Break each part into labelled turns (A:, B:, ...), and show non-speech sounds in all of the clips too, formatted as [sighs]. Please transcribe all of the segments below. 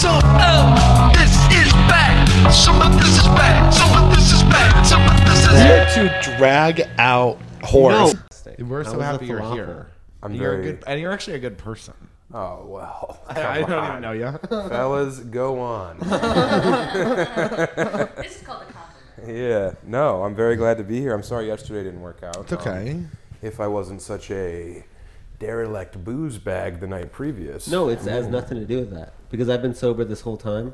A: So, oh, this is bad. Some of this is bad. Some of this is bad. Some of this is
B: Here to drag out horse. We're
C: I
B: so
C: was a
B: happy you're
C: falafel.
B: here.
C: I'm
B: you're a
C: very-
B: good, and you're actually a good person.
C: [laughs] Oh
B: [laughs]
C: well.
B: I
C: Come
B: don't
C: on.
B: even know you.
C: Fellas, go on. [laughs]
D: This is called a compliment.
C: yeah. No, I'm very glad to be here. I'm sorry yesterday didn't work out. Um,
B: It's okay.
C: if I wasn't such a derelict booze bag the night previous.
E: No, it has nothing to do with that because I've been sober this whole time,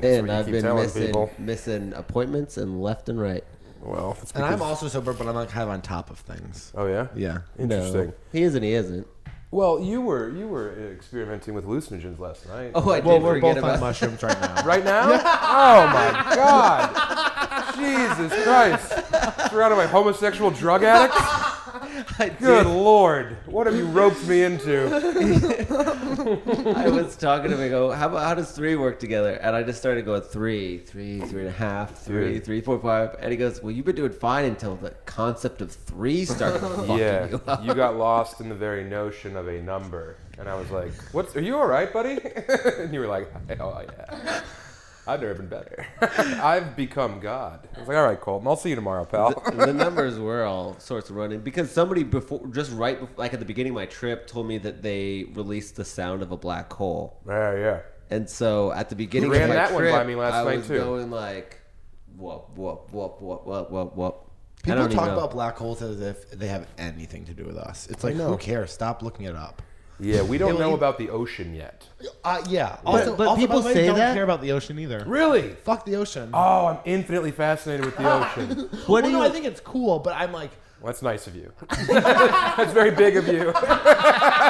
E: and
C: you
E: I've
C: keep
E: been
C: telling
E: missing
C: people.
E: missing appointments and left and right.
C: Well, it's
B: And
C: because-
B: I'm also sober, but I'm like kind of on top of things.
C: Oh yeah.
B: Yeah.
C: Interesting.
E: No, he is and he isn't.
C: Well, you were you were experimenting with hallucinogens last night.
E: Oh, I
B: Well,
E: did
B: we're
E: forget
B: both on [laughs]
E: [laughs] about.
B: mushrooms right now.
E: [laughs]
C: Right now? Oh my God! Jesus Christ! Surrounded by homosexual
E: [laughs]
C: drug addicts. Good Lord! What have you roped me into?
E: I was talking to him. I go, how about how does three work together? And I just started going three, three, three and a half, three,
C: Dude.
E: three, four, five. And he goes, well, you've been doing fine until the concept of three
C: [laughs]
E: started fucking
C: Yeah,
E: you up.
C: you got lost in the very notion of a number, and I was like, "What's? Are you all right, buddy?" [laughs] and you were like, "Oh
E: [laughs]
C: yeah." I've never been better. [laughs] I've become God. I was like, all right, Colton, I'll see you tomorrow, pal.
E: the numbers were all sorts of running because somebody before, just right, before, like at the beginning of my trip, told me that they released the sound of a black hole.
C: [laughs] yeah, yeah.
E: And so at the beginning
C: ran
E: of my
C: that one
E: trip,
C: by me last
E: I
C: night,
E: was
C: too.
E: going like, whoop, whoop, whoop, whoop, whoop, whoop, whoop. I
B: People
E: don't even
B: talk
E: know.
B: about black holes as if they have anything to do with us. It's like, who cares? Stop looking it up.
C: Yeah, we don't
B: well,
C: know
B: you-
C: about the ocean yet.
B: Uh, yeah. Also,
E: but
B: also, by
E: people
B: the way,
E: say
B: don't
E: that-
B: care about the ocean either.
C: Really?
B: Fuck the ocean.
C: Oh, I'm infinitely fascinated with
E: [laughs]
C: the ocean.
E: What
B: well,
E: do
B: no,
E: you-
B: I think it's cool, but I'm like,
C: Well, that's nice of you. [laughs] that's very big of you. [laughs]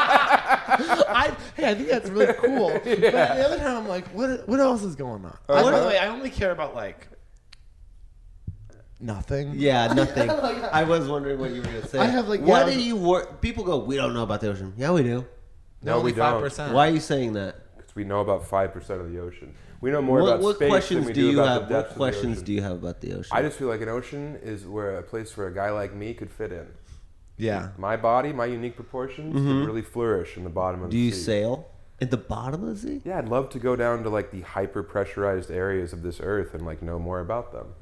B: I hey, I think that's really [laughs] cool. But on the other hand, I'm like, what what else is going on? I, by the way, I only care about like nothing. [laughs]
E: Yeah, nothing. I was wondering what you were gonna say.
B: I have, like, yeah, I
E: What
B: was-
E: do you wor- People go, we don't know about the ocean. Yeah, we do.
C: No,
B: only
C: we don't.
B: Uh.
E: Why are you saying that?
C: 'Cause we know about five percent of the ocean. We know more
E: What,
C: about
E: what
C: space than
E: questions
C: we
E: do you
C: about
E: have?
C: the depths
E: What
C: of
E: questions
C: the
E: do you have about the ocean?
C: I just feel like an ocean is where a place where a guy like me could fit in.
B: Yeah.
C: My body, my unique proportions, could really flourish in the bottom of
E: Mm-hmm. do
C: the
E: you
C: sea.
E: sail at the bottom of the sea?
C: Yeah, I'd love to go down to like the hyper pressurized areas of this earth and like know more about them.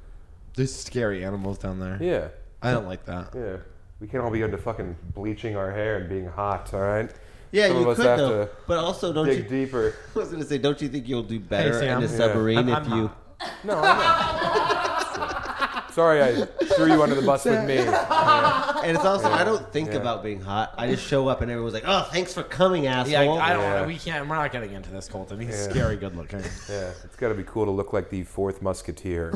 B: There's scary animals down there.
C: Yeah,
B: I don't like that.
C: yeah. We can't all be into fucking bleaching our hair and being hot, all right?
E: Yeah,
C: Some
E: you
C: of us
E: could
C: have
E: though.
C: to
E: But also, don't you?
C: dig deeper.
E: [laughs] I was gonna say, don't you think you'll do better
B: Sam.
E: in a
B: Yeah.
E: submarine
B: I'm-
E: if
B: I'm
E: you?
B: hot.
C: No, I
E: [laughs]
C: know. Sorry, I threw you under the bus with me.
E: And it's also, I don't think about being hot. I just show up and everyone's like, "Oh, thanks for coming, asshole."
C: Yeah.
B: We can't. We're not getting into this, Colton. He's scary good [laughs] looking.
C: Yeah, it's got to be cool to look like the fourth musketeer.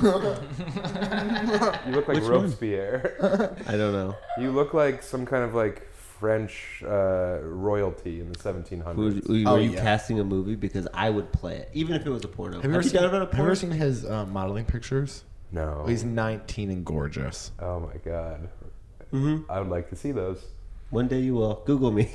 C: you look like Robespierre.
E: I don't know.
C: You look like some kind of like French uh, royalty in the 1700s.
E: Would, were
B: Oh,
E: you
B: yeah.
E: casting a movie? Because I would play it, even if it was a porno.
B: Have you ever seen,
E: done it on a
B: have you ever
E: porno?
B: seen his uh, modeling pictures?
C: no.
B: He's 19 and gorgeous.
C: Oh my god.
B: Mm-hmm.
C: I would like to see those.
E: One day you will. Google me.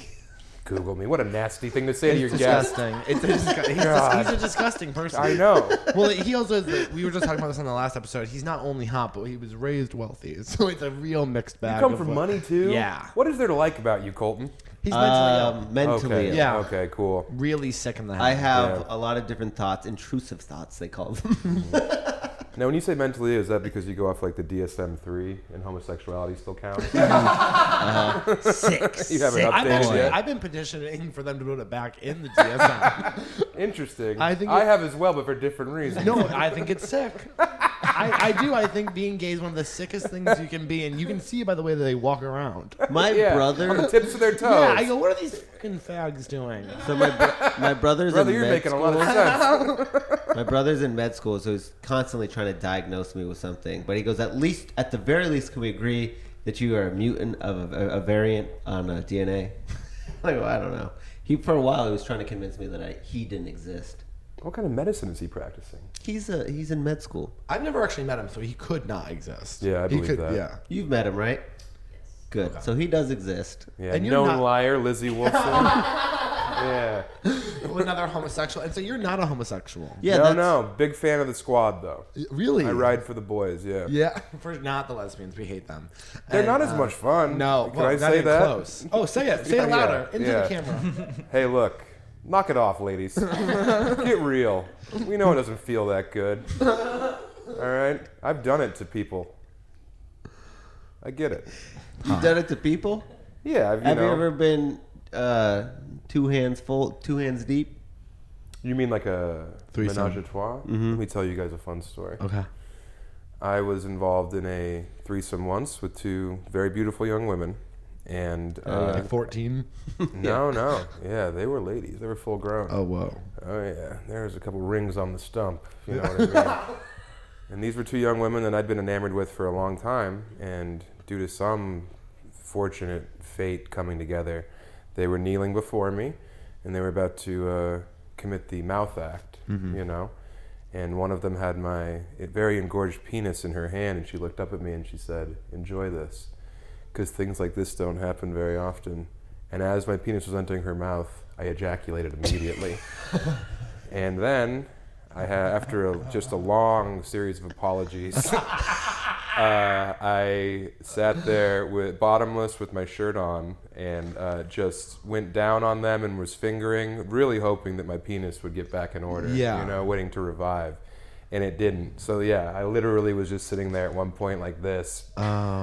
C: Google me. What a nasty thing to say to your guest.
B: disgusting. It's a disgu- he's, a,
C: God.
B: he's a disgusting person. [laughs]
C: I know.
B: Well, he also is. The, we were just talking about this on the last episode. He's not only hot, but he was raised wealthy, [laughs] so it's a real mixed bag.
C: You come
B: of
C: from
B: what-
C: money too.
B: Yeah.
C: What is there to like about you, Colton?
B: He's mentally ill.
E: Um, mentally,
C: okay.
E: ill.
B: Yeah.
C: Okay. Cool.
B: really sick in the head.
E: I have
C: Yeah.
E: a lot of different thoughts, intrusive thoughts, they call them. [laughs]
C: Now, when you say mentally, is that because you go off like the DSM three and homosexuality still counts?
E: Six.
C: [laughs] You haven't
E: Six.
C: updated
B: I've, actually,
C: yet.
B: I've been petitioning for them to put it back in the [laughs] DSM.
C: Interesting. I
B: I
C: think
B: think
C: I
B: it-
C: have as well, but for different reasons.
B: no, I think it's sick. I, I do. I think being gay is one of the sickest things you can be, and you can see it by the way that they walk around.
E: My
C: Yeah, [laughs] On the
E: brother.
C: tips of their toes.
B: Yeah, I go, what are these fucking fags doing?
E: So my, bro- my brother's
C: Brother,
E: in
C: you're
E: med
C: making
E: school.
C: a lot of sense.
B: [laughs]
E: My brother's in med school, so he's constantly trying to diagnose me with something. But he goes, at least, at the very least, can we agree that you are a mutant of a, a variant on uh, [laughs] DNA? I go, I don't know. He for a while he was trying to convince me that I, he didn't exist.
C: what kind of medicine is he practicing?
E: He's a he's in med school.
B: I've never actually met him, so he could not exist.
C: Yeah, I
B: he
C: believe that.
B: Yeah.
E: You've met him, right? Good. So he does exist.
C: Yeah,
B: And you're
C: known
B: not-
C: liar, Lizzie Wolfson.
B: [laughs]
C: yeah.
B: Another homosexual, and so you're not a homosexual.
E: Yeah.
C: no,
E: that's,
C: no. Big fan of the squad, though.
B: Really?
C: I ride for the boys. Yeah.
B: [laughs] Yeah, for not the lesbians, we hate them.
C: They're
B: And,
C: not as
B: uh,
C: much fun.
B: No,
C: Can
B: well,
C: I
B: not
C: say
B: even
C: that?
B: Close. Oh, say it. Say
C: Yeah,
B: it louder into
C: yeah.
B: the camera.
C: [laughs] Hey, look. Knock it
B: [laughs]
C: off, ladies. Get real. We know it doesn't feel that good. All right? I've done it to people. I get it.
E: You've done it to people.
C: Yeah, I've, you
E: Have
C: know.
E: you ever been uh, two hands full, two hands deep?
C: you mean like a
B: Threesome. Mm-hmm.
C: menage a trois? Let me tell you guys a fun story.
B: [laughs] Okay.
C: I was involved in a threesome once with two very beautiful young women. And uh,
B: like 14. [laughs]
C: no, no, yeah, they were ladies. They were full grown.
B: Oh, whoa.
C: Oh yeah, there's a couple rings on the stump. You know what I mean? and these were two young women that I'd been enamored with for a long time, and due to some fortunate fate coming together, they were kneeling before me, and they were about to uh, commit the mouth act. You know. And one of them had my very engorged penis in her hand, and she looked up at me and she said, "Enjoy this, because things like this don't happen very often." And as my penis was entering her mouth, I ejaculated immediately. And then, I ha- after a, just a long series of apologies, [laughs] uh, I sat there with bottomless with my shirt on and uh, just went down on them and was fingering, really hoping that my penis would get back in order.
B: Yeah.
C: You know, waiting to revive. And it didn't. So yeah, I literally was just sitting there at one point like this,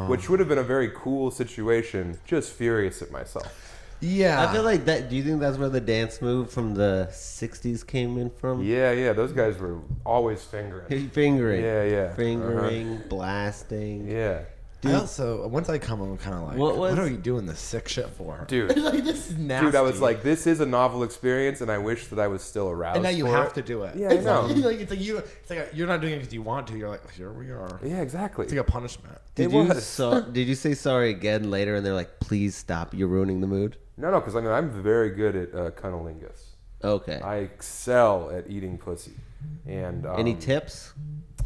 C: which would have been a very cool situation. Just furious at myself.
B: Yeah.
C: Ah.
E: I feel like that. Do you think that's where the dance move from the '60s came in from?
C: Yeah, yeah. Those guys were always fingering.
E: Fingering.
C: Yeah, yeah.
E: Fingering, blasting.
C: Yeah.
B: I also, once I come, I'm kind of like,
E: What
B: what,
E: was-
B: are you doing this sick shit for? [laughs]
C: Dude.
B: like, this is nasty.
C: Dude, I was like, this is a novel experience, and I wish that I was still aroused.
B: and now you
C: for
B: have
C: it.
B: to do it.
C: Yeah, I
B: it's [laughs]
C: know.
B: Like, like, it's like you, it's like you're not doing it because you want to. You're like, here we are.
C: Yeah, exactly.
B: It's like a punishment.
E: Did
C: It
E: you
C: was. [laughs]
E: so, did you say sorry again later? And they're like, "Please stop! You're ruining the mood."
C: No, no, because I mean, I'm very good at uh, cunnilingus.
E: Okay.
C: I excel at eating pussy. And um,
E: Any tips?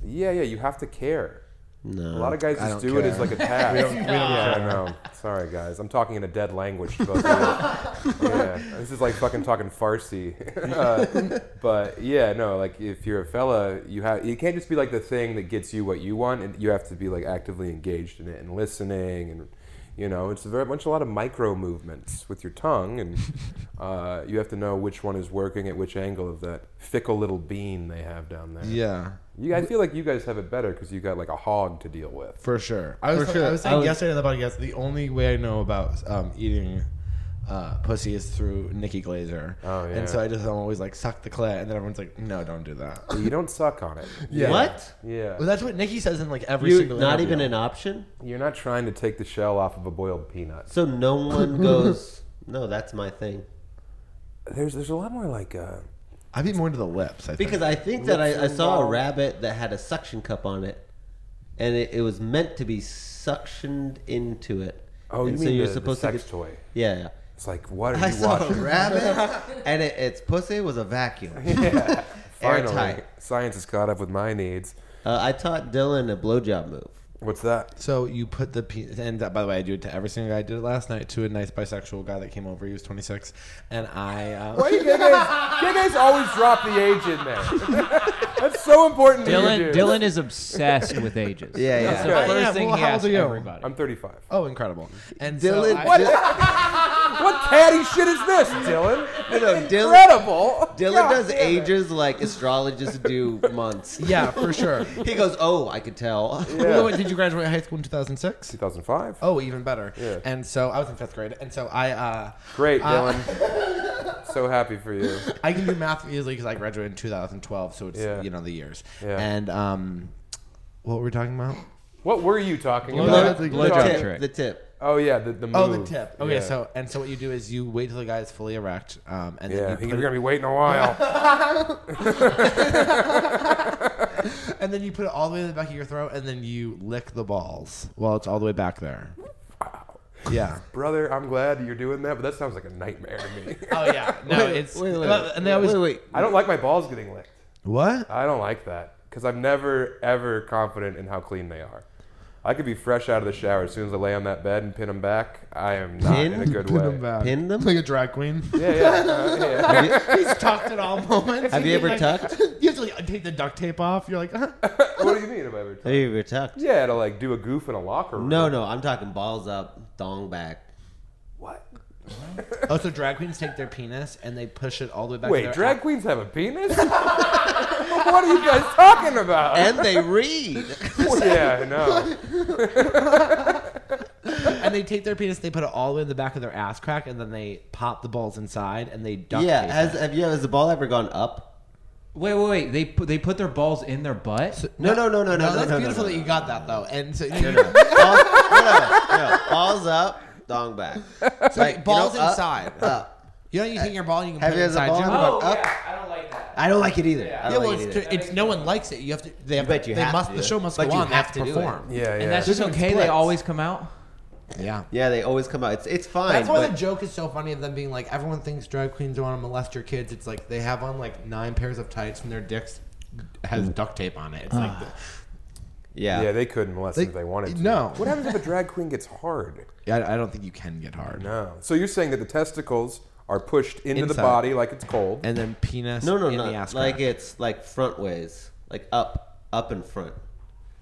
C: Yeah, yeah. You have to care.
E: No.
C: A lot of guys
B: I
C: just
B: don't
C: do it as
B: care.
C: like a [laughs] task. yeah,
B: care.
C: I know. [laughs] Sorry, guys. I'm talking in a dead language to both of [laughs] you. yeah, this is like fucking talking Farsi. [laughs] uh, but yeah, no. Like if you're a fella, you have you can't just be like the thing that gets you what you want, and you have to be like actively engaged in it and listening and. You know, it's a very much a lot of micro movements with your tongue, [laughs] and uh, you have to know which one is working at which angle of that fickle little bean they have down there.
B: Yeah.
C: You, I feel like you guys have it better because you got like a hog to deal with.
B: For sure. I was,
E: For
B: talking-
E: sure.
B: I was
E: I
B: saying
E: was-
B: yesterday on the podcast, the only way I know about um, eating uh, pussy is through Nikki Glazer.
C: Oh, yeah.
B: And so I just, I'm always like, suck the clit. And then everyone's like, no, don't do
E: [laughs]
B: that.
C: You don't suck on it.
B: Yeah.
E: What?
C: Yeah.
B: Well, that's what Nikki says in like every
E: You're
B: single
E: not
B: interview.
E: even an option.
C: You're not trying to take the shell off of a boiled peanut.
E: So no
C: [laughs]
E: one goes. No, that's my thing.
C: There's there's a lot more like uh,
B: I'd be more into the lips. I think.
E: Because I think that I, I saw a
C: involved.
E: rabbit that had a suction cup on it, and it, it was meant to be suctioned into it.
C: oh you
E: and
C: mean the, the sex
E: get-
C: toy?
E: Yeah, yeah.
C: It's like what are
E: I
C: you
E: saw a
C: [laughs]
B: [laughs]
C: watching?
E: rabbit, and it, its pussy was a vacuum.
C: [laughs] Yeah. Finally,
E: Airtight.
C: science has caught up with my needs.
E: Uh, I taught Dylan a blowjob move.
C: What's that?
B: So you put the penis, and that, by the way, I do it to every single guy. I did it last night to a nice bisexual guy that came over. He was 26, and I. Uh,
C: Why do you gay guys? Gay guys always drop the age in there. [laughs] That's so important. to you
D: Dylan,
C: dudes.
D: Dylan is obsessed with ages.
E: Yeah, yeah.
D: That's
C: Okay.
D: the first
B: Yeah,
D: thing
B: well,
D: he
B: how old
D: asks
B: are you?
D: everybody.
C: I'm 35.
B: Oh, incredible! And
E: Dylan-
B: so I,
E: What?
C: What catty shit is this, Dylan?
E: No, no, Dylan,
C: Incredible.
E: Dylan
C: God
E: does
C: damn it.
E: ages like astrologists do months.
B: Yeah, for
C: [laughs]
B: sure.
E: He goes, "Oh, I could tell." [laughs]
C: Yeah.
B: Wait, did you graduate high school in 2006?
C: 2005.
B: Oh, even better.
C: Yeah.
B: And so I was in fifth grade, and so I uh,
C: Great,
B: Uh,
C: Dylan. so happy for you.
B: I can do math easily because I graduated in 2012, so it's
C: Yeah.
B: you know the years.
C: Yeah.
B: And um, what were we talking about?
C: What were you talking
D: Blow-
C: about?
D: blow-
C: You're
D: blowjob
C: talking-
E: tip,
D: trick.
E: The tip.
C: Oh yeah, the, the move.
B: Oh, the tip. Okay,
C: Yeah.
B: so and so what you do is you wait till the guy is fully erect, um, and
C: yeah,
B: then you
C: you're
B: put
C: gonna be waiting a while.
B: And then you put it all the way in the back of your throat, and then you lick the balls while it's all the way back there. Yeah.
C: Brother, I'm glad you're doing that, but that sounds like a nightmare to me.
B: [laughs] Oh yeah. No, it's
E: Wait, wait,
B: and they always
E: wait, wait.
C: I don't like my balls getting licked.
B: what?
C: I don't like that because I'm never ever confident in how clean they are. I could be fresh out of the shower as soon as I lay on that bed and pin them back. I am not
E: Pin?
C: in a good way.
E: Pin
C: [laughs]
E: them?
B: like a drag [laughs] queen.
C: Yeah, yeah, uh, yeah. [laughs]
B: He's tucked at all moments.
E: Have you ever
B: Like,
E: tucked?
B: [laughs] You have to like, take the duct tape off. You're like, "Uh-huh." huh?
C: what do you mean? Have I ever?
E: Have you ever tucked?
C: yeah, to like do a goof in a locker room.
E: No, no, I'm talking balls up, thong back.
C: What?
B: Oh, so drag queens take their penis and they push it all the way back. to
C: Wait,
B: their
C: drag queens have
B: [laughs]
C: a penis? [laughs] what are you guys talking about?
E: And they
C: [laughs]
E: read.
C: yeah, I know.
B: and they take their penis, they put it all the way in the back of their ass crack, and then they pop the balls inside and they duct
E: yeah.
B: tape
E: Has
B: it.
E: have you? Has the ball ever gone up?
D: Wait, wait, wait. They pu- they put their balls in their butt.
E: No, no, no, no, no,
B: No,
E: no.
B: that's
E: no,
B: beautiful
E: no,
B: that
E: no,
B: you got that though. And so
E: balls, no, no, no. Balls up, dong back.
B: So
E: Like, you
B: balls
E: know, up,
B: inside.
E: Up.
B: You know, you take your ball and you can
E: Have
B: put
E: you
B: it
E: has the
B: inside
E: ball Oh,
B: you.
E: ever gone up?
D: Oh, I don't like that.
E: I don't like it either. I
B: Yeah,
E: don't
B: well,
E: like it
B: it's,
E: either.
B: tr- it's no one likes it. You have to. They have,
E: bet you
B: they
E: have
B: must.
E: to.
B: The show must
E: But
B: go
E: you
B: on. They
E: have
B: have
E: to
B: to
E: do it.
B: perform.
C: Yeah, yeah.
D: And that's
B: They're
D: just
B: doing
D: okay. They
B: splits.
D: always come out.
B: Yeah.
E: Yeah, they always come out. It's it's fine.
B: That's why
E: but-
B: the joke is so funny of them being like, everyone thinks drag queens want to molest your kids. It's like they have on like nine pairs of tights and their dicks has duct tape on it. It's like the-
E: yeah.
C: Yeah, they couldn't unless
B: They-
C: if they wanted to.
B: no.
C: What happens if a drag queen gets hard?
B: Yeah, I, I don't think you can get hard.
C: No. So you're saying that the testicles are pushed into the
B: Inside.
C: body like it's cold.
B: And then penis
E: No, no,
B: in
E: no.
B: the ass
E: Like
B: crack.
E: it's like front ways, like up, up and front,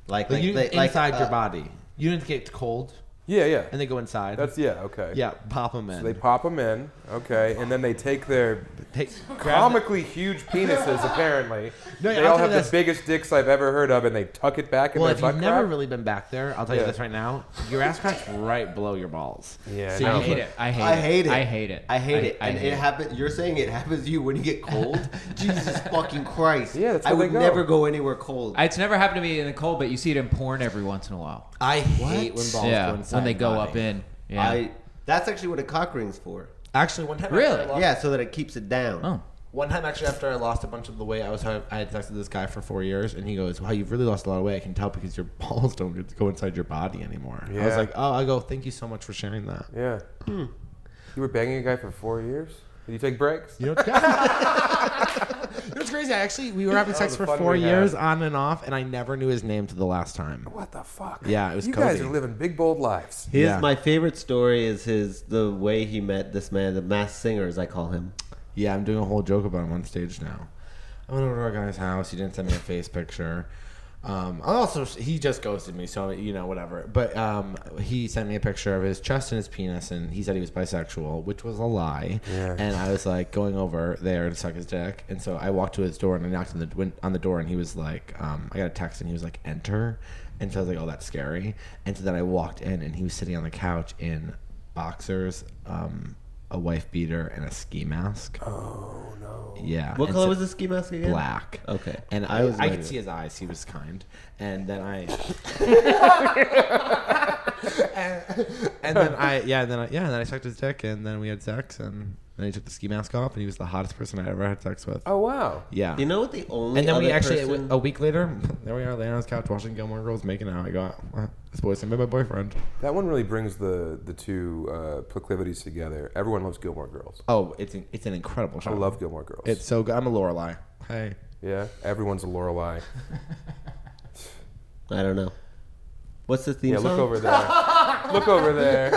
E: like
B: Like,
E: like,
B: you,
E: like- like,
B: inside your
E: uh,
B: body. You didn't get cold,
C: yeah, yeah.
B: and they go inside.
C: That's yeah, okay.
B: yeah, pop them in.
C: They pop them in, okay, and then they take their
B: [laughs] Take- grab the-
C: comically huge penises. Apparently,
B: No, yeah,
C: they
B: I'll
C: all
B: tell
C: have
B: you
C: the
B: this.
C: biggest dicks I've ever heard of, and they tuck it back in
B: Well,
C: their
B: if
C: butt
B: you've never
C: crack.
B: really been back there, I'll tell you
C: Yeah.
B: this right now: your ass crack's right below your balls.
C: Yeah, I
B: so
C: know,
D: I
B: you
C: but-
D: hate it. I hate,
E: I hate it.
D: I hate it.
E: I hate it.
D: I
E: and
D: hate
E: it happens. You're saying it happens to you when
B: [laughs]
E: you get cold. Jesus fucking Christ!
C: Yeah, that's
E: I
C: how they
E: would
C: go.
E: never go anywhere cold.
D: It's never happened to me in the cold, but you see it in porn every once in a while.
B: I hate when balls
D: yeah,
B: go inside.
D: when they
B: the
D: go
B: body.
D: up in. Yeah.
E: I. That's actually what a cock ring's for.
B: Actually, one time,
D: Really?
B: after I lost-
E: Yeah, so that it keeps it down.
D: oh.
B: One time, actually, after I lost a bunch of the weight, I was I had sex with this guy for four years, and he goes, "Wow, you've really lost a lot of weight. I can tell because your [laughs] balls don't go inside your body anymore." I was
C: Yeah.
B: like, "Oh, I go, thank you so much for sharing that."
C: Yeah.
B: Hmm.
C: You were banging a guy for four years. Did you take breaks?
B: You know, what's- you know what's crazy? I actually we were having
C: That
B: sex
C: was
B: for
C: the fun
B: four
C: we had.
B: years on and off, and I never knew his name to the last time.
C: What the fuck?
B: Yeah, it was
C: You guys
B: Cody.
C: are living big bold lives.
E: His
B: Yeah.
E: my favorite story is his the way he met this man, the mass singer as I call him.
B: Yeah, I'm doing a whole joke about him on stage now. I went over to our guy's house. He didn't send me a face picture. Um, I also, he just ghosted me, so you know, whatever. But um, he sent me a picture of his chest and his penis, and he said he was bisexual, which was a lie.
C: Yeah.
B: And I was like going over there to suck his dick, and so I walked to his door and I knocked on the went on the door, and he was like, um, I got a text, and he was like, enter. And so I was like, oh, that's scary. And so then I walked in, and he was sitting on the couch in boxers, um, a wife beater, and a ski mask. Yeah.
E: What
B: and
E: color
B: so-
E: was the ski mask again?
B: Black.
E: Okay.
B: And
E: I
B: I,
E: was
B: I,
E: wondering.
B: could see his eyes. He was kind. And then I. and, and then I yeah and then I, yeah and then I sucked his dick and then we had sex and then he took the ski mask off and he was the hottest person I ever had sex with.
C: Oh wow.
B: Yeah.
E: You know what the only
B: and then we
E: other
B: actually oh.
E: person-
B: a week later [laughs] there we are laying on his couch watching Gilmore Girls making out. I go "Wow, this boy's gonna be my boyfriend.
C: That one really brings the the two uh, proclivities together. Everyone loves Gilmore Girls.
B: Oh, it's an, it's an incredible show.
C: I love Gilmore Girls.
B: Uh-huh. It's so good. I'm a Lorelai. Hey.
C: yeah. Everyone's
B: [laughs]
C: a Lorelai.
E: I don't know. What's the theme
C: Yeah,
E: song?
C: look over there. look
B: [laughs]
C: over there.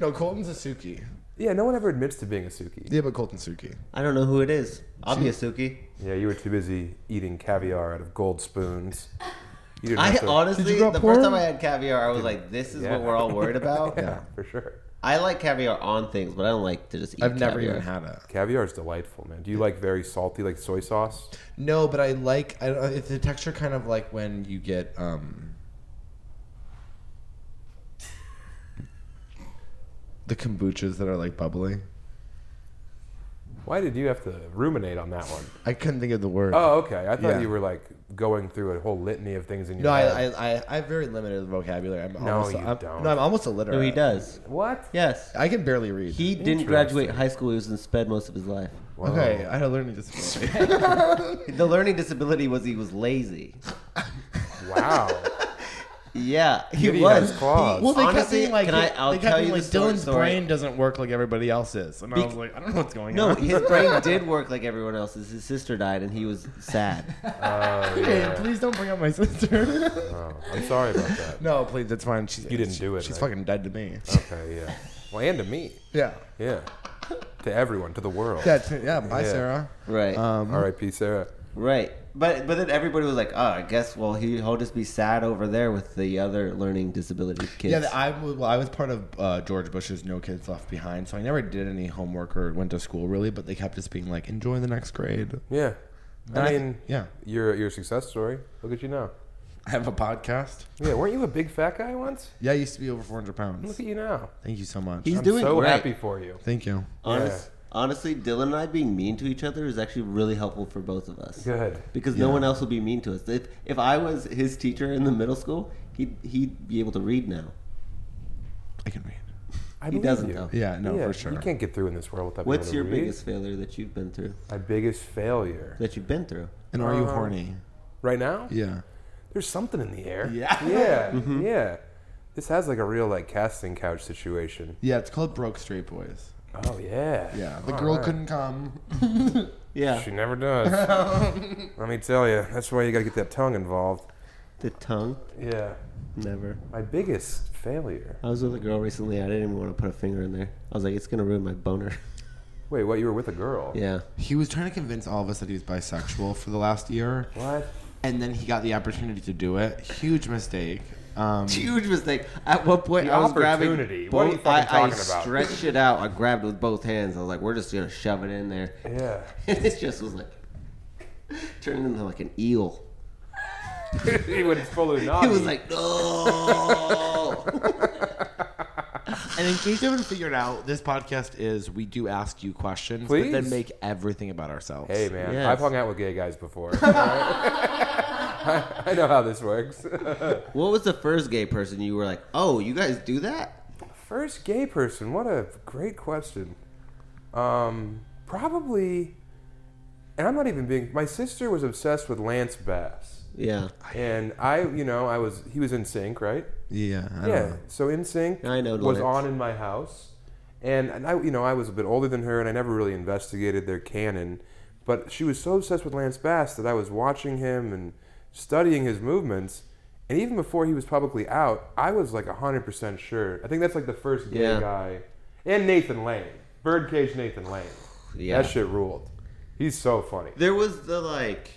B: No, Colton's a Suki.
C: Yeah, no one ever admits to being a Suki.
B: Yeah, but Colton's Suki.
E: I don't know who it is. I'll be a Suki.
C: Yeah, you were too busy eating caviar out of gold spoons. You didn't
E: I
C: have to-
E: honestly,
B: Did you grow
E: the
B: up
E: first
B: poor?
E: time I had caviar, I was like, "This is
C: Yeah.
E: what we're all
B: [laughs]
E: worried about."
C: [laughs] Yeah, for sure.
E: I like caviar on things, but I don't like to just eat.
B: I've never
E: caviar.
B: even had it.
C: Caviar is delightful, man. Do you like very salty, like soy sauce?
B: No, but I like I don't, it's the texture kind of like when you get um the kombuchas that are like bubbly.
C: Why did you have to ruminate on that one?
B: I couldn't think of the word.
C: Oh, okay. I thought
B: Yeah.
C: you were like going through a whole litany of things in your
B: no,
C: head.
B: I, I I I have very limited vocabulary. I'm
C: No,
B: almost,
C: you
B: I'm-
C: don't.
B: No, I'm almost illiterate.
E: No, he does.
C: what?
E: Yes,
B: I can barely read.
E: he didn't graduate high school. He was in sped most of his life.
C: Wow.
B: okay, I had a learning
E: [laughs]
B: disability.
E: The learning disability was he was lazy.
C: Wow.
B: [laughs]
E: Yeah, he
C: Kitty
E: was.
C: has claws.
B: [laughs]
E: He-
B: well, they kept
E: honestly,
B: being like,
E: can I? I'll
B: they kept
E: tell
B: being
E: you
B: like
E: the story.
B: Dylan's
E: sorry.
B: brain doesn't work like everybody else's, and I
E: Bec-
B: was like, I don't know what's going [laughs]
E: No,
B: on.
E: his brain did work like everyone else's. His sister died, and he was
B: [laughs]
E: sad.
C: Oh,
B: Hey,
C: yeah.
B: please don't bring up my sister.
C: Oh, I'm sorry about that.
B: No, please, that's fine. She's,
C: You didn't do it,
B: She's
C: right? Oh.
B: fucking dead to me.
C: Okay, yeah. Well, and to me.
B: [laughs] Yeah.
C: Yeah. To everyone, to the world.
B: That's, yeah, bye,
C: Yeah.
B: Sarah.
E: Right.
B: Um,
C: R.I.P. Sarah.
E: Right. But but then everybody was like, oh, I guess well he, he'll just be sad over there with the other learning disability kids.
B: Yeah, the- I w- well, I was part of uh, George Bush's No Kids Left Behind, so I never did any homework or went to school really. But they kept just being like, enjoy the next grade.
C: Yeah.
B: And I
C: I
B: th-
C: mean,
B: yeah.
C: You're, you're a success story. Look at you now.
B: I have a podcast.
C: Yeah, weren't you a big fat guy once?
B: Yeah, I used to be over 400 pounds.
C: Look at you now.
B: Thank you so much.
E: He's
C: I'm
E: doing
C: so
E: great.
C: happy for you.
B: Thank you.
E: Honest, Honestly, Dylan and I being mean to each other is actually really helpful for both of us.
C: Good.
E: Because no one else will be mean to us. If, if I was his teacher in the middle school, he'd, he'd be able to read now.
B: I can read.
C: I
E: He
C: believe
E: doesn't,
C: you.
E: though.
B: Yeah, no, for
C: You
B: sure.
C: can't get through in this world without. being
E: What's
C: able to
E: your
C: read.
E: biggest failure that you've been through?
C: My biggest failure.
E: That you've been through?
B: And are you
C: Uh-huh.
B: horny?
C: Right now,
B: Yeah.
C: there's something in the air.
B: Yeah.
C: Yeah. Yeah. This has like a real like casting couch situation.
B: Yeah, it's called Broke Straight Boys.
C: Oh yeah.
B: Yeah, the
C: All
B: girl
C: right.
B: couldn't come.
E: Yeah.
C: She never [laughs] does. Let me tell you, that's why you got to get that tongue involved.
E: The tongue?
C: Yeah.
E: Never.
C: My biggest failure.
E: I was with a girl recently. I didn't even want to put a finger in there. I was like, it's going to ruin my boner. [laughs]
C: Wait, what? You were with a girl?
E: yeah.
B: He was trying to convince all of us that he was bisexual for the last year,
C: What?
B: and then he got the opportunity to do it. Huge mistake. Um,
E: Huge mistake. At what point
C: The
E: I was grabbing
C: opportunity.
E: both,
C: What are you
E: I,
C: fucking
E: I
C: talking about?
E: stretched it out. I grabbed it with both hands. I was like, we're just gonna shove it in there.
C: [laughs] Yeah.
E: And [laughs] it just was like turned into like an eel.
C: when it's full of
E: It
C: [laughs]
E: was like no.
B: and in case you haven't figured out, this podcast is we do ask you questions, but
C: Please.
B: then make everything about ourselves.
C: Hey man,
E: Yes.
C: I've hung out with gay guys before. [laughs] I, I know how this works. [laughs]
E: what was the first gay person you were like, oh, you guys do that?
C: First gay person, what a great question. Um, probably, and I'm not even being. My sister was obsessed with Lance Bass,
E: Oh, Yeah,
C: and I, you know, I was. He was in sync, right?
B: Yeah. I
C: yeah.
B: Don't know.
C: So in sync
E: I know
C: was
E: Lance.
C: on in my house, and, and I, you know, I was a bit older than her, and I never really investigated their canon, but she was so obsessed with Lance Bass that I was watching him and studying his movements. And even before he was publicly out, I was like 100% sure. I think that's like the first gay
E: Yeah.
C: guy. And Nathan Lane. Birdcage Nathan Lane.
E: [sighs] yeah.
C: That shit ruled. He's so funny.
E: there was the like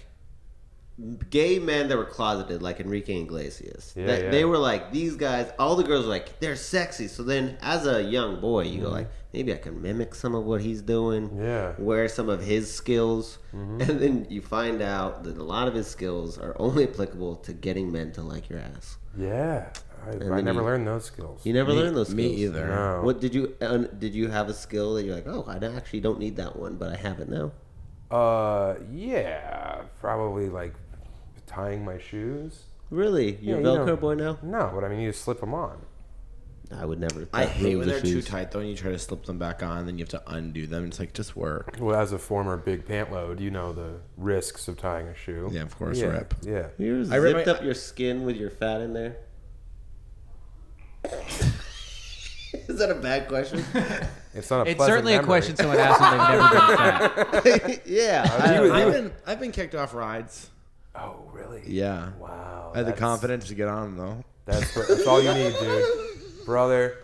E: gay men that were closeted, like Enrique Iglesias.
C: Yeah,
E: that,
C: yeah.
E: They were like these guys. All the girls were like they're sexy. So then, as a young boy, you go like maybe I can mimic some of what he's doing.
C: Mm-hmm. Yeah.
E: wear some of his skills, and then you find out that a lot of his skills are only applicable to getting men to like your ass.
C: Yeah. I, I
E: then
C: never
E: you-
C: learned those skills.
E: You never learn those skills.
B: Me either.
C: no.
E: What did you uh, did you have a skill that you're like oh I don't- actually don't need that one but I have it now.
C: Uh, yeah, probably like tying my shoes.
E: Really, you're
C: Yeah,
E: a
C: you
E: Velcro
C: know.
E: boy now?
C: No, but I mean, you just slip them on.
E: I would never.
B: I
E: that
B: hate
E: ruins
B: when
E: the
B: they're too
E: shoes.
B: tight though, and you try to slip them back on, then you have to undo them. It's like just work.
C: Well, as a former big pant load, you know the risks of tying a shoe.
B: Yeah, of course,
C: yeah,
B: rip.
C: Yeah.
E: You ever
B: I read
E: zipped
B: my-
E: up your skin with your fat in there? [laughs] Is that a bad [laughs] question?
C: It's not a.
D: It's
C: pleasant
D: certainly a
C: memory. [laughs]
D: question someone asks when they've never been fat.
E: yeah.
C: You would- you
B: I've
C: would-
B: been I've been kicked off rides.
C: oh, really?
B: Yeah.
C: Wow.
B: I had the
C: that's-
B: confidence to get on though.
C: That's, what- that's all you need,
B: [laughs]
C: dude, brother.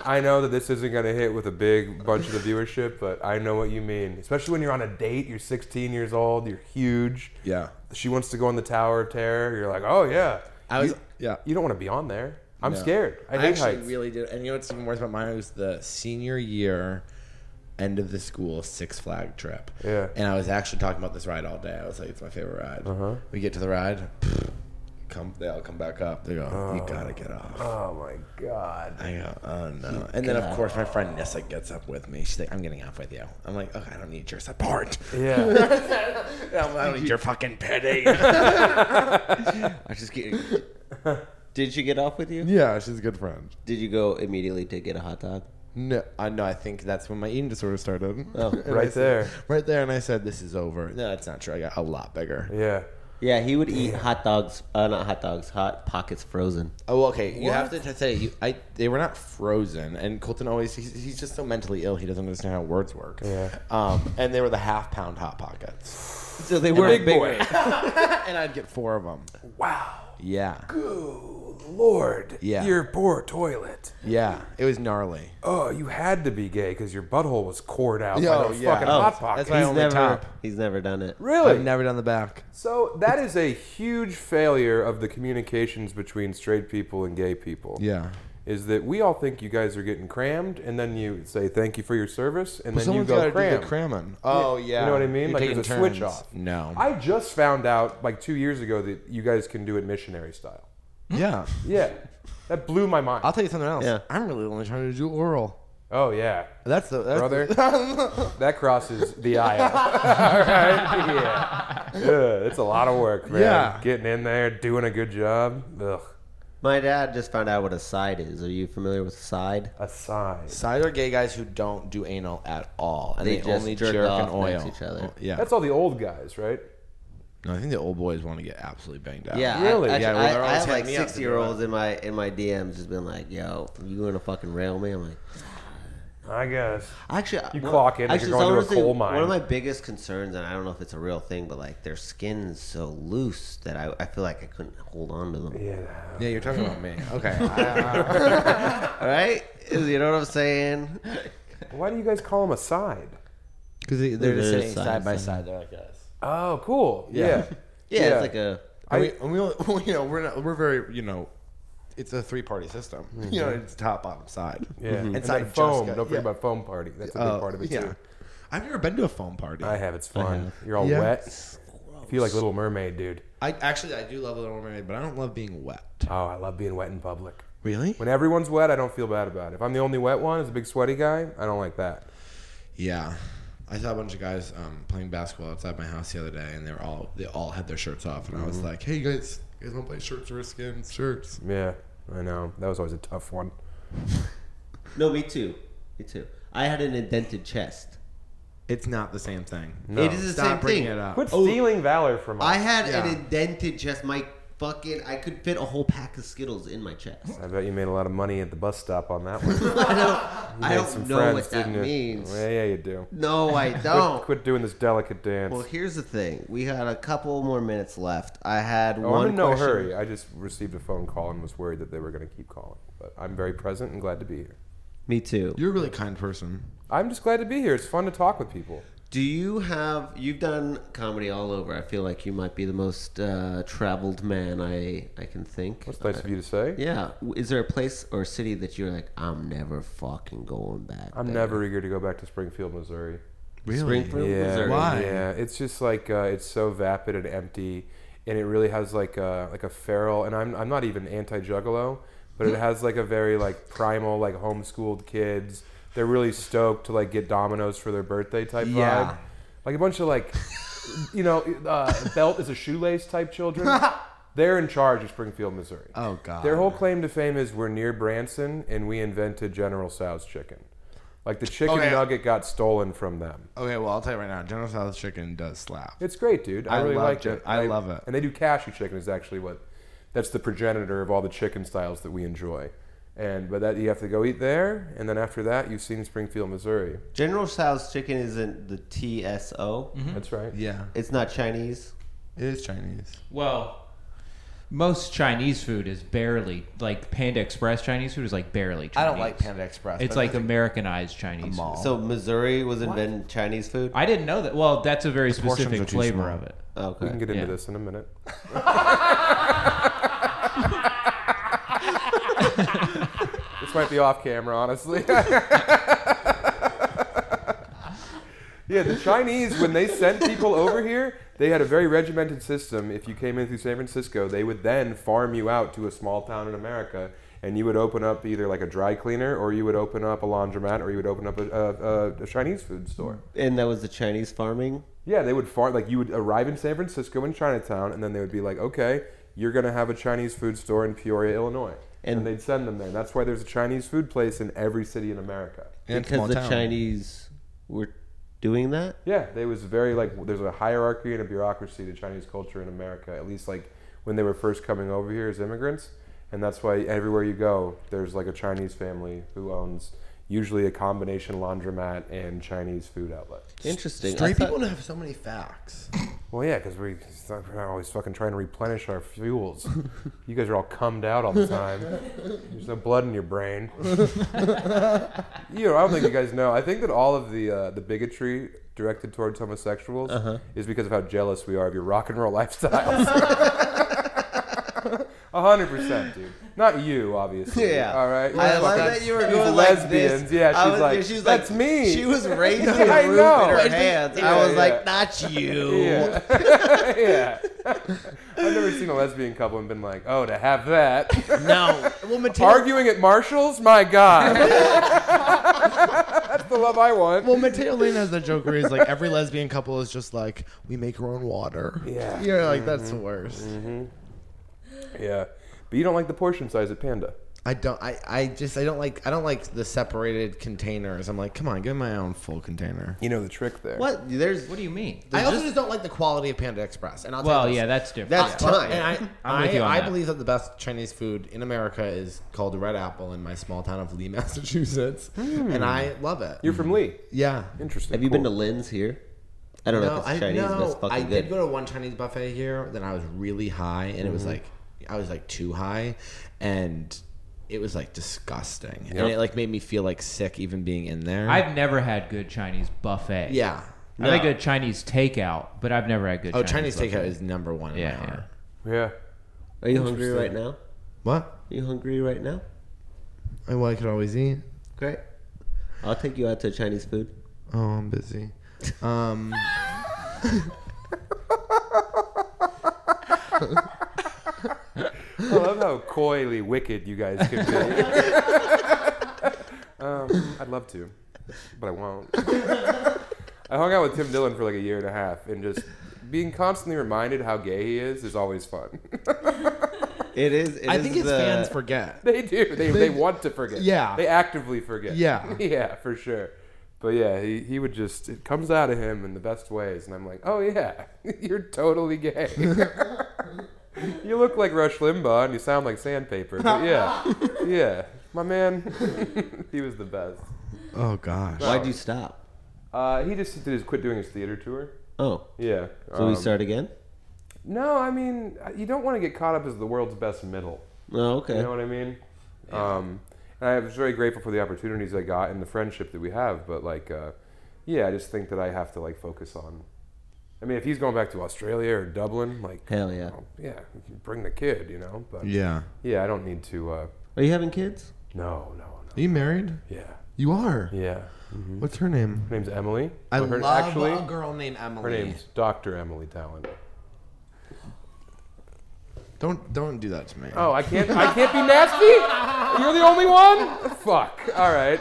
C: I know that this isn't gonna hit with a big bunch of the viewership, but I know what you mean. Especially when you're on a date, you're 16 years old, you're huge.
B: Yeah.
C: She wants to go on the Tower of Terror. You're like, oh yeah.
B: I was
C: You-
B: yeah.
C: You don't want to be on there. I'm
B: No.
C: scared. I
B: I
C: hate
B: actually
C: heights.
B: really did. And you know what's even worse about mine? It was the senior year, end of the school Six Flag trip.
C: Yeah.
B: And I was actually talking about this ride all day. I was like, it's my favorite ride.
C: Uh-huh.
B: We get to the ride. Come, they all come back up. They go, you gotta get off.
C: oh my god.
B: I go, oh no. And then of course my friend Nissa gets up with me. She's like, I'm getting off with you. I'm like, okay, I don't need your support. [laughs]
C: Yeah.
B: I don't need your fucking pity.
E: I just kidding. Did she get off with you?
B: yeah, she's a good friend.
E: Did you go immediately to get a hot dog?
B: No, I no, I think that's when my eating disorder started. [laughs]
E: Oh,
B: And I
C: right
B: said-
C: there.
B: right there, and I said, "This is over." No, that's not true. I got a lot bigger.
C: yeah.
E: Yeah, he would eat hot dogs. Uh, not hot dogs. Hot pockets frozen.
B: Oh, well, okay. You have to t- say you, I they were not frozen, and Colton always he's, he's just so mentally ill. He doesn't understand how words work.
C: Yeah.
B: Um, and they were the half pound hot pockets,
E: So they were big.
B: and I'd get four of them.
C: Wow.
B: Yeah.
C: Lord,
B: Yeah.
C: your poor toilet.
B: Yeah, it was gnarly.
C: Oh, you had to be gay because your butthole was cored out
B: Yo,
C: by those
B: yeah.
C: fucking
B: Oh,
C: hot pockets.
B: that's why I
E: He's
B: only
E: never,
B: top.
E: he's never done it.
C: really?
B: I've never done the back.
C: So that is a huge failure of the communications between straight people and gay people.
B: Yeah.
C: Is that we all think you guys are getting crammed, and then you say thank you for your service, and then you
B: Someone's
C: go
B: got to do
C: cram.
B: the cramming. Oh yeah.
C: You know what I mean?
B: You're
C: like
B: taking
C: there's a switch
B: turns.
C: off.
B: No.
C: I just found out like two years ago that you guys can do it missionary style.
B: yeah.
C: Yeah, that blew my mind.
B: I'll tell you something else.
E: Yeah.
B: I'm really only trying to do oral.
C: oh yeah,
B: That's the that's
C: brother,
B: The,
C: [laughs] that crosses the aisle. [laughs] all right, yeah. Ugh, it's a lot of work, man.
B: Yeah.
C: getting in there, doing a good job. Ugh,
E: My dad just found out what a side is. Are you familiar with a side?
C: aside.
B: Side are gay guys who don't do anal at all, and they,
E: They just
B: only
E: jerk
B: jerk,
E: off
B: and oil.
E: next to each other.
B: Oh, yeah.
C: That's all the old guys, right?
B: no, I think the old boys want to get absolutely banged out.
E: Yeah,
C: Really?
E: I, I,
B: Uh, Yeah, well,
E: I,
B: they're
E: I
B: always
E: have like
B: hitting me up to do
E: sixty year olds in my in my DMs just been like, "Yo, you gonna fucking rail me?" I'm like,
C: I guess.
E: Actually,
C: You
E: one-
C: clock in like you're going to a
E: honestly,
C: coal mine.
E: One of my biggest concerns, and I don't know if it's a real thing, but like their skin's so loose that I, I feel like I couldn't hold on to them.
C: Yeah.
B: Yeah, you're talking [laughs] about me. Okay. I-
E: All right, you know what I'm saying?
C: Why do you guys call them aside?
B: Because they, they're just
E: They're
B: sitting
E: side-
B: side, by
E: side.
B: side. They're like uh, this.
C: Oh, cool.
B: [laughs]
C: Yeah.
B: Mm-hmm.
E: Yeah,
C: Yeah.
E: it's like a
B: And we, and [laughs] we, only, you know, we're not, we're very, you know, it's a three party system. [laughs] You know, it's top, bottom, side.
C: Yeah.
B: Mhm.
C: And,
B: And
C: that
B: side
C: foam.
B: Jessica,
C: Don't forget
B: yeah.
C: about foam party. That's a big
B: Oh,
C: part of it
B: yeah.
C: too.
B: I've never been to a foam party.
C: I
B: I,
C: have. It's fun. You're all
B: Yeah.
C: wet. You feel like Little Mermaid, dude.
B: actually I do love Little Mermaid, but I don't love being wet.
C: Oh, I love being wet in public.
B: Really?
C: When everyone's wet, I don't feel bad about it. If I'm the only wet one, as a big sweaty guy, I don't like that.
B: Yeah. I saw a bunch of guys um, playing basketball outside my house the other day, and they were all they all had their shirts off, and I was like, "Hey, you guys, you guys want to play shirts or skins? Shirts?
C: Yeah, I know. That was always a tough one.
E: no. Me too. Me too. I had an indented chest.
B: It's not the same thing.
C: No.
E: it is the
B: Stop
E: same thing.
B: bringing it up.
C: Quit
E: Oh.
C: stealing valor from us.
E: I had
B: Yeah.
E: an indented chest. My fucking, I could fit a whole pack of Skittles in my chest.
C: I bet you made a lot of money at the bus stop on
E: [laughs]
C: that one. You
E: I don't, I
C: made
E: don't know what that
C: didn't you?
E: means.
C: Yeah, yeah, you do. [laughs]
E: No, I
C: Quit,
E: don't.
C: quit doing this delicate dance.
E: Well, here's the thing. We had a couple more minutes left. I had
C: Oh,
E: one.
C: I'm in no
E: question.
C: hurry. I just received a phone call and was worried that they were going to keep calling. But I'm very present and glad to be here.
E: Me too.
B: You're a really kind person.
C: I'm just glad to be here. It's fun to talk with people.
E: Do you have? You've done comedy all over. I feel like you might be the most uh, traveled man I I can think.
C: That's nice of you to say.
E: Yeah. W- Is there a place or city that you're like, I'm never fucking going back?
C: I'm
E: there?
C: never eager to go back to Springfield, Missouri.
B: Really?
E: Springfield,
C: yeah,
E: Missouri.
B: Why?
C: Yeah, it's just like uh, it's so vapid and empty, and it really has like a like a feral. And I'm I'm not even anti Juggalo, but it has like a very like primal like homeschooled kids. They're really stoked to like get Domino's for their birthday type
B: Yeah.
C: vibe, like a bunch of like, you know, uh, belt is a shoelace
B: [laughs]
C: type children. They're in charge of Springfield, Missouri.
B: Oh God.
C: Their whole claim to fame is we're near Branson and we invented General Tso's chicken. Like the chicken
B: Okay.
C: nugget got stolen from them.
B: Okay, well I'll tell you right now, General Tso's chicken does slap.
C: It's great, dude. I,
B: I
C: really
B: love
C: like
B: Gen-
C: it.
B: I
C: And they-
B: love it.
C: And they do cashew chicken is actually what that's the progenitor of all the chicken styles that we enjoy. And but that you have to go eat there, and then after that you've seen Springfield, Missouri.
E: General Tso's chicken isn't the TSO.
C: That's right.
B: Yeah,
E: It's not Chinese.
B: it is Chinese.
D: Well, most Chinese food is barely like Panda Express Chinese food is like barely. Chinese.
B: Express.
D: It's like Americanized Chinese.
B: mall.
D: food.
E: So Missouri was inventing Chinese food.
D: I didn't know that. Well, that's a very
B: portions are
D: specific
B: too
D: flavor
B: small.
D: of it.
E: Okay.
C: We can get into
D: Yeah.
C: this in a minute. this might be off camera, honestly. [laughs] yeah, the Chinese, when they sent people over here, they had a very regimented system. If you came in through San Francisco, they would then farm you out to a small town in America. And you would open up either like a dry cleaner, or you would open up a laundromat, or you would open up a, a, a, a Chinese food store.
E: and that was the Chinese farming.
C: Yeah, they would farm. Like you would arrive in San Francisco in Chinatown, and then they would be like, "Okay, you're gonna have a Chinese food store in Peoria, Illinois," and,
E: And-
C: they'd send them there. That's why there's a Chinese food place in every city in America.
E: because the Chinese were doing that.
C: Yeah, they was very like there's a hierarchy and a bureaucracy to Chinese culture in America. At least like when they were first coming over here as immigrants, and that's why everywhere you go, there's like a Chinese family who owns usually a combination laundromat and Chinese food outlet.
E: Interesting. I
B: Straight
E: thought-
B: people have so many facts.
C: Well, yeah, because we, it's not- we're not always fucking trying to replenish our fuels.
E: [laughs]
C: you guys are all cummed out all the time. There's no blood in
E: [laughs]
C: your brain. you know, I don't think you guys know. I think that all of the uh, the bigotry directed towards homosexuals
E: Uh-huh.
C: is because of how jealous we are of your rock and roll lifestyles. [laughs] A hundred percent, dude. Not you, obviously.
E: [laughs] Yeah.
C: All right. You're
E: I love
C: fucking-
E: that you were
C: these
E: going
C: lesbians.
E: Like this.
C: Yeah,
E: I
C: she's
E: was,
C: like,
E: she was like,
C: that's me.
E: She
C: [laughs]
E: was raising
C: Yeah, I
E: the roof
C: know.
E: in her
C: Raising-
E: hands.
C: Yeah,
E: I was
C: yeah.
E: like, not you.
C: Yeah. [laughs]
E: [laughs]
C: yeah. I've never seen a lesbian couple and been like, oh, to have that. [laughs]
E: No, woman.
C: Arguing at Marshall's?
E: [laughs]
C: My God. That's the love I want.
B: Well, Matteo Lane has that joke where he's like, every lesbian couple is just like, we make our own water.
C: Yeah.
B: [laughs] You're like, that's the worst.
C: yeah. But you don't like the portion size at Panda.
B: I don't, I, I just, I don't like, I don't like the separated containers. I'm like, come on, give me my own full container.
C: You know the trick there.
E: What? There's.
D: What do you mean?
B: I also
E: just-
B: just, don't like the quality of Panda Express. And I'll tell
D: Well,
B: you this.
D: yeah, that's different.
E: That's
B: Well,
E: time.
B: And I,
D: I'm with
B: I,
D: you on
B: I
D: that.
B: believe that the best Chinese food in America is called Red Apple in my small town of Lee, [laughs] Massachusetts,
D: Hmm.
B: and I love it.
C: You're from Lee.
B: yeah.
C: Interesting.
E: Have you been to
C: Cool.
E: Lynn's here? I don't know
B: No,
E: if
B: I
E: it's Chinese, but it's
B: know.
E: fucking
B: I
E: good.
B: did go to one Chinese buffet here. Then I was really high, and it was like I was like too high, and it was like disgusting, and
C: Yep.
B: it like made me feel like sick even being in there.
D: I've never had good Chinese buffet.
B: yeah.
D: I like good Chinese takeout, but I've never had good.
B: Oh, Chinese takeout
D: buffet.
B: is number one. in my
D: Yeah, yeah.
B: heart.
C: Yeah.
E: Are you hungry right now?
B: What?
E: Are you hungry right now?
B: I, well, I could always eat.
E: Great. I'll take you out to Chinese food.
B: Oh, I'm busy. [laughs] Um.
C: I love how coyly wicked you guys can be. um, I'd love to, but I won't. I hung out with Tim Dillon for like a year and a half, and just being constantly reminded how gay he is is always fun.
E: It is. it
B: I
E: is
B: think his
E: the-
B: fans forget.
C: [laughs] They do. They, they want to forget.
B: Yeah.
C: They actively forget.
B: Yeah.
C: [laughs] Yeah, for sure. But yeah, he, he would just, it comes out of him in the best ways. And I'm like, oh yeah, [laughs] you're totally gay. [laughs] you look like Rush Limbaugh and you sound like sandpaper.
B: [laughs]
C: But yeah. yeah. My man, [laughs] he was the best.
B: Oh gosh.
E: Why'd you stop?
C: Uh, he just did his, quit doing his theater tour.
E: Oh,
C: Yeah.
E: so we
C: um,
E: start again?
C: No, I mean, you don't want to get caught up as the world's best middle.
E: Oh, okay.
C: You know what I mean? Um, and I was very grateful for the opportunities I got and the friendship that we have. But like, uh, yeah, I just think that I have to like focus on. I mean, if he's going back to Australia or Dublin, like,
E: Hell yeah.
C: oh, yeah, you can bring the kid, you know. But yeah,
B: Yeah.
C: I don't need to. Uh,
E: Are you having kids?
C: no, no, no.
B: Are you married?
C: Yeah,
B: You are.
C: yeah.
B: What's her name?
C: Her name's Emily.
B: I
C: Well, her,
B: love
C: actually,
B: a girl named Emily.
C: her name's Doctor Emily Talent.
B: Don't don't do that to me.
C: Oh, I can't. I can't be nasty. You're the only one. Fuck. All right.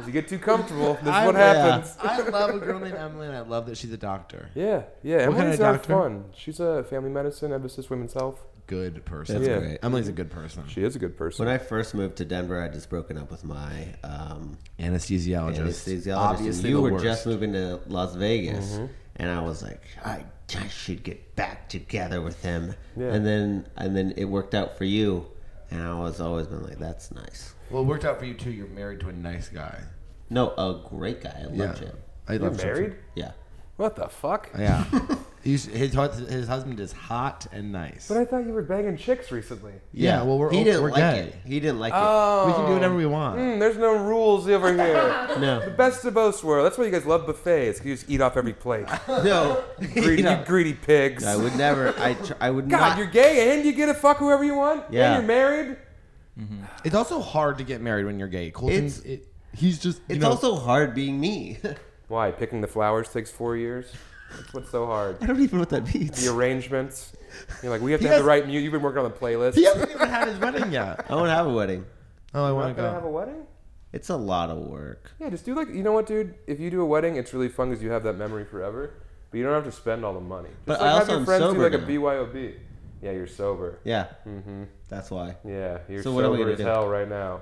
C: If you get too comfortable, this is
B: I-
C: what
B: yeah.
C: happens.
B: I love a girl named Emily, and I love that she's a doctor.
C: Yeah, yeah.
B: What kind of
C: Emily's kind
B: doctor?
C: fun. She's a family medicine, emphasis women's health.
B: Good person.
E: That's
C: Yeah.
E: great.
B: Emily's a good person.
C: She is a good person.
E: When I first moved to Denver, I'd just broken up with my um,
B: Anesthesiologist.
E: anesthesiologist.
B: Obviously,
E: and you
B: the
E: were
B: worst.
E: just moving to Las Vegas, and I was like, I, I should get back together with him.
C: Yeah.
E: And then and then it worked out for you, and I was always been like, that's nice.
B: well, it worked out for you too. You're married to a nice guy.
E: No, a great guy. I love Jim.
B: I
C: You're
B: love Jim.
C: married?
E: Yeah.
C: What the fuck?
B: Yeah.
E: [laughs]
B: He's, his hus- his husband is hot and nice.
C: But I thought you were banging chicks recently.
B: yeah, Well, we're
E: he didn't
B: we're
E: like
B: gay.
E: it. He didn't like
C: Oh,
B: We can do whatever we want.
C: Mm, there's no rules over here.
E: it. No,
C: Best of both worlds. That's why you guys love buffets. 'cause You just eat off every plate.
E: no.
C: greedy,
E: No.
C: you greedy pigs.
E: I would never. I tr- I would
C: God,
E: not.
C: you're gay and you get to fuck whoever you want.
E: Yeah.
C: And you're married.
B: It's also hard to get married when you're gay. Colton's
E: It's-
B: it, he's just you
E: it's
B: know, [laughs]
E: also hard being me. [laughs]
C: Why? Picking the flowers takes four years. That's what's so hard.
E: [laughs] I don't even know what that means. [laughs]
C: The arrangements. You're like, we have to
B: He
C: have
B: has-
C: the right music. You've been working on the playlist.
B: he
C: [laughs]
B: hasn't even had his wedding yet.
E: I won't have a wedding.
B: Oh, I want to
C: Not gonna have
B: go.
C: a wedding.
E: It's a lot of work.
C: Yeah, just do like you know what, dude. If you do a wedding, it's really fun because you have that memory forever. But you don't have to spend all the money. Just
E: But
C: like
E: I
C: have
E: also
C: your
E: am
C: friends do
E: sober
C: like
E: now.
C: a BYOB. Yeah, you're sober.
E: Yeah. Mm-hmm. That's why.
C: Yeah, you're
E: So what are
C: sober
E: we gonna
C: as
E: do?
C: hell
E: [laughs]
C: right now.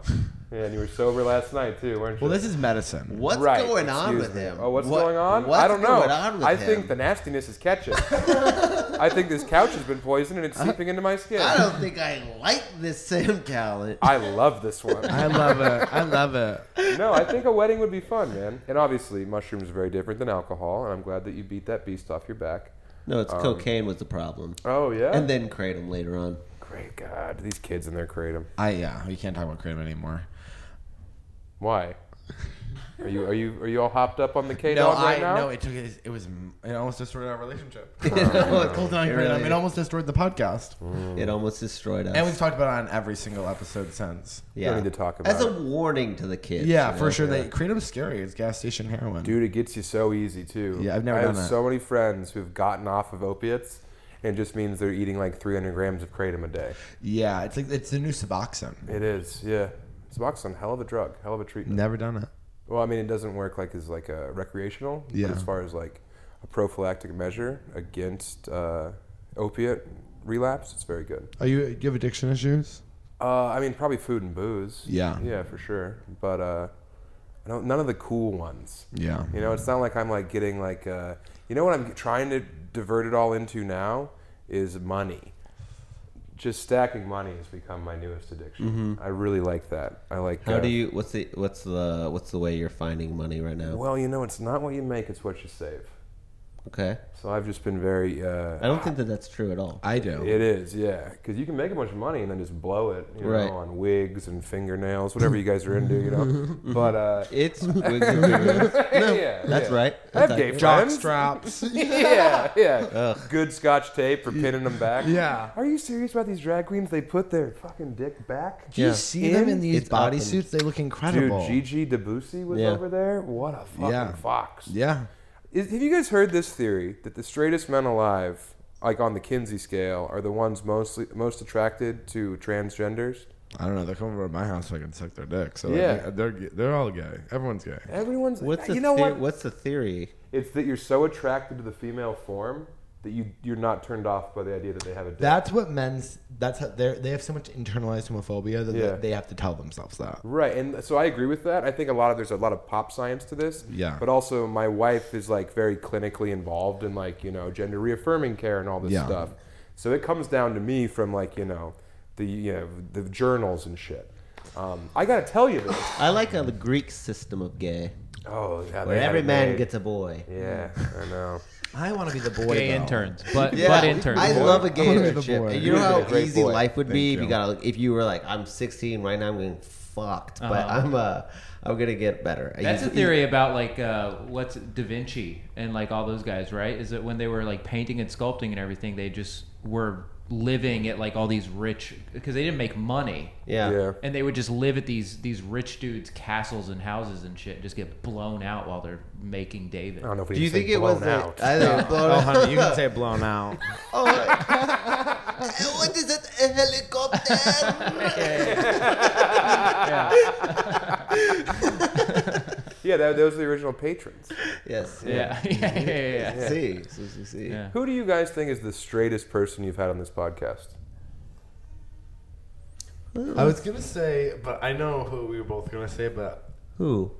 C: yeah, and you were sober last night too, weren't you?
B: Well, this is medicine.
E: What's
C: right.
E: going on
C: excuse
E: with
C: me.
E: him?
C: Oh, what's
E: What-
C: going on?
E: What's
C: I don't know.
E: going on with
C: I
E: him?
C: think the nastiness is
E: [laughs]
C: catching. I think this couch has been poisoned and it's seeping into my skin.
E: I
C: I,
E: don't think I like this Sam talent.
C: love this one.
B: I love it. I love it.
C: no, I think a wedding would be fun, man. And obviously, mushrooms are very different than alcohol, and I'm glad that you beat that beast off your back.
E: [laughs] No, it's cocaine was the problem,
C: Oh yeah.
E: and then kratom later on.
C: Great God, these kids in their kratom.
B: I yeah, we can't talk about kratom anymore.
C: Why? Are you are you are you all hopped up on the K
B: No,
C: dog
B: I
C: right now?
B: no. It took it. It was it almost destroyed our [laughs] relationship.
E: [laughs] it,
B: Cold on
E: It
B: kratom.
E: really-
B: It almost destroyed the podcast,
E: almost destroyed us.
B: and we've talked about it on every single episode since.
E: yeah,
C: need to talk about
E: as a
C: it.
E: warning to the kids.
B: Yeah,
E: you
B: for
E: know?
B: sure. They kratom's scary. It's gas station heroin.
C: Dude, it gets you so easy too.
B: Yeah, I've never
C: I
B: done
C: have
B: that.
C: so many friends who've gotten off of opiates, and it just means they're eating like 300 grams of kratom a day.
B: Yeah, it's like it's the new Suboxone.
C: It is, yeah. Suboxone, hell of a drug, hell of a treatment.
B: Never done it.
C: Well, I mean, it doesn't work like as like a recreational,
B: Yeah.
C: but as far as like a prophylactic measure against uh, opiate relapse, it's very good.
B: Are Oh, you? Do you have addiction issues?
C: Uh, I mean, probably food and booze.
B: Yeah.
C: Yeah, for sure. But uh, I don't, none of the cool ones.
B: Yeah.
C: You know, it's not like I'm like getting like, uh, you know what I'm trying to divert it all into now is money. Just stacking money has become my newest addiction. I really like that. I like.
E: Mm-hmm. How
C: uh,
E: do you? What's the? What's the? What's the way you're finding money right now?
C: Well, you know, it's not what you make; it's what you save.
E: Okay,
C: So I've just been very.
E: I
C: Uh,
E: don't think that that's true at all.
B: I do.
C: it is, yeah, because you can make a bunch of money and then just blow it, you know,
E: Right.
C: on wigs and fingernails, whatever you guys are into,
E: [laughs]
C: you know. But uh, [laughs]
E: It's wigs and boobs. no,
C: Yeah,
E: that's
C: yeah.
E: right.
C: I have
E: That's
C: gay
E: accurate.
B: Jock
C: friends.
B: straps.
C: [laughs] yeah, yeah. Good scotch tape for pinning them back.
B: Yeah.
C: Are you serious about these drag queens? They put their fucking dick back?
B: Do you see them in these
E: It's up and-
B: bodysuits? They look
C: Dude,
B: incredible.
C: Gigi Debussy was
E: Yeah.
C: over there. What a fucking
B: Yeah.
C: fox.
B: yeah.
C: Is, have you guys heard this theory that the straightest men alive, like on the Kinsey scale, are the ones mostly most attracted to transgenders?
B: I don't know. They come over to my house so I can suck their dick. So
C: Yeah.
B: yeah, they're they're all gay. Everyone's gay.
C: Everyone's.
E: What's the
C: you know
E: the-
C: what?
E: What's the theory?
C: It's that you're so attracted to the female form that you you're not turned off by the idea that they have a dick.
B: That's what men's. That's how they they have so much internalized homophobia that
C: Yeah.
B: they, they have to tell themselves that.
C: Right, and so I agree with that. I think a lot of there's a lot of pop science to this.
B: Yeah.
C: But also, my wife is like very clinically involved in like you know gender reaffirming care and all this
B: Yeah.
C: stuff. So it comes down to me from like you know the you know the journals and shit. Um, I gotta tell you this.
E: I like a Greek system of gay,
C: Oh yeah.
E: where
C: they
E: every
C: had
E: man
C: made-
E: gets a boy.
C: Yeah, I know.
B: I want to be the boy.
D: Gay
B: though. [laughs]
D: interns, but but interns.
E: I love
C: [laughs]
E: a
B: I
E: gay
B: wanna be the
E: internship.
B: boy.
E: And you
B: You'd
E: know
C: be a
E: how
C: great
E: easy
C: boy.
E: life would be
B: Thank
E: if you
B: you.
E: got like, if you were like, I'm 16 right now, I'm getting fucked, but
D: Uh-huh.
E: I'm uh, I'm gonna get better.
D: That's
E: You-
D: a theory about like uh, what's Da Vinci and like all those guys, right? Is that when they were like painting and sculpting and everything, they just were living at like all these rich because they didn't make money,
E: you- [laughs] Yeah.
C: Yeah.
D: and they would just live at these these rich dudes' castles and houses and shit, just get blown out while they're making David.
C: I don't know if we
E: Do you
C: can say
E: think it
C: blown
E: was? a-
C: out.
E: I think
C: [laughs]
E: it blown
B: Oh,
E: out.
B: honey, you can [laughs] say blown out.
E: What is it? A helicopter?
C: yeah, that, those are the original patrons.
E: yes.
D: Yeah, yeah, [laughs] yeah, yeah, yeah.
E: See, see, see, see.
D: Yeah.
C: Who do you guys think is the straightest person you've had on this podcast?
B: I was gonna say, but I know who we were both gonna say, but
E: Who?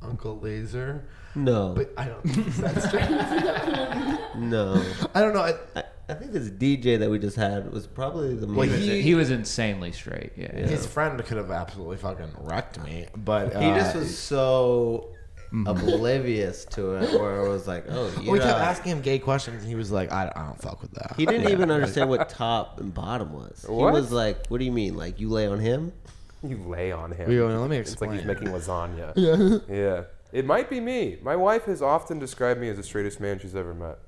B: Uncle Laser.
E: No,
B: But I don't. think That's true.
E: no.
B: I don't know. I,
E: I, I think this DJ that we just had was probably the
B: Well,
E: most.
D: He was,
B: He-
D: he was insanely straight. Yeah,
B: his friend could have absolutely fucking wrecked me, but uh,
E: Ah, He Mm-hmm. just was so oblivious to it, where it was like, oh, you
B: We
E: know.
B: kept asking him gay questions, and he was like, "I, I don't fuck with that."
E: He didn't even understand what top and bottom was.
C: What?
E: He was like, "What do you mean? Like you lay on him?"
C: You lay on him.
B: We go, "Now, let me
C: It's like
B: explain.
C: he's making
B: [laughs]
C: lasagna. yeah. It might be me. My wife has often described me as the straightest man she's ever met.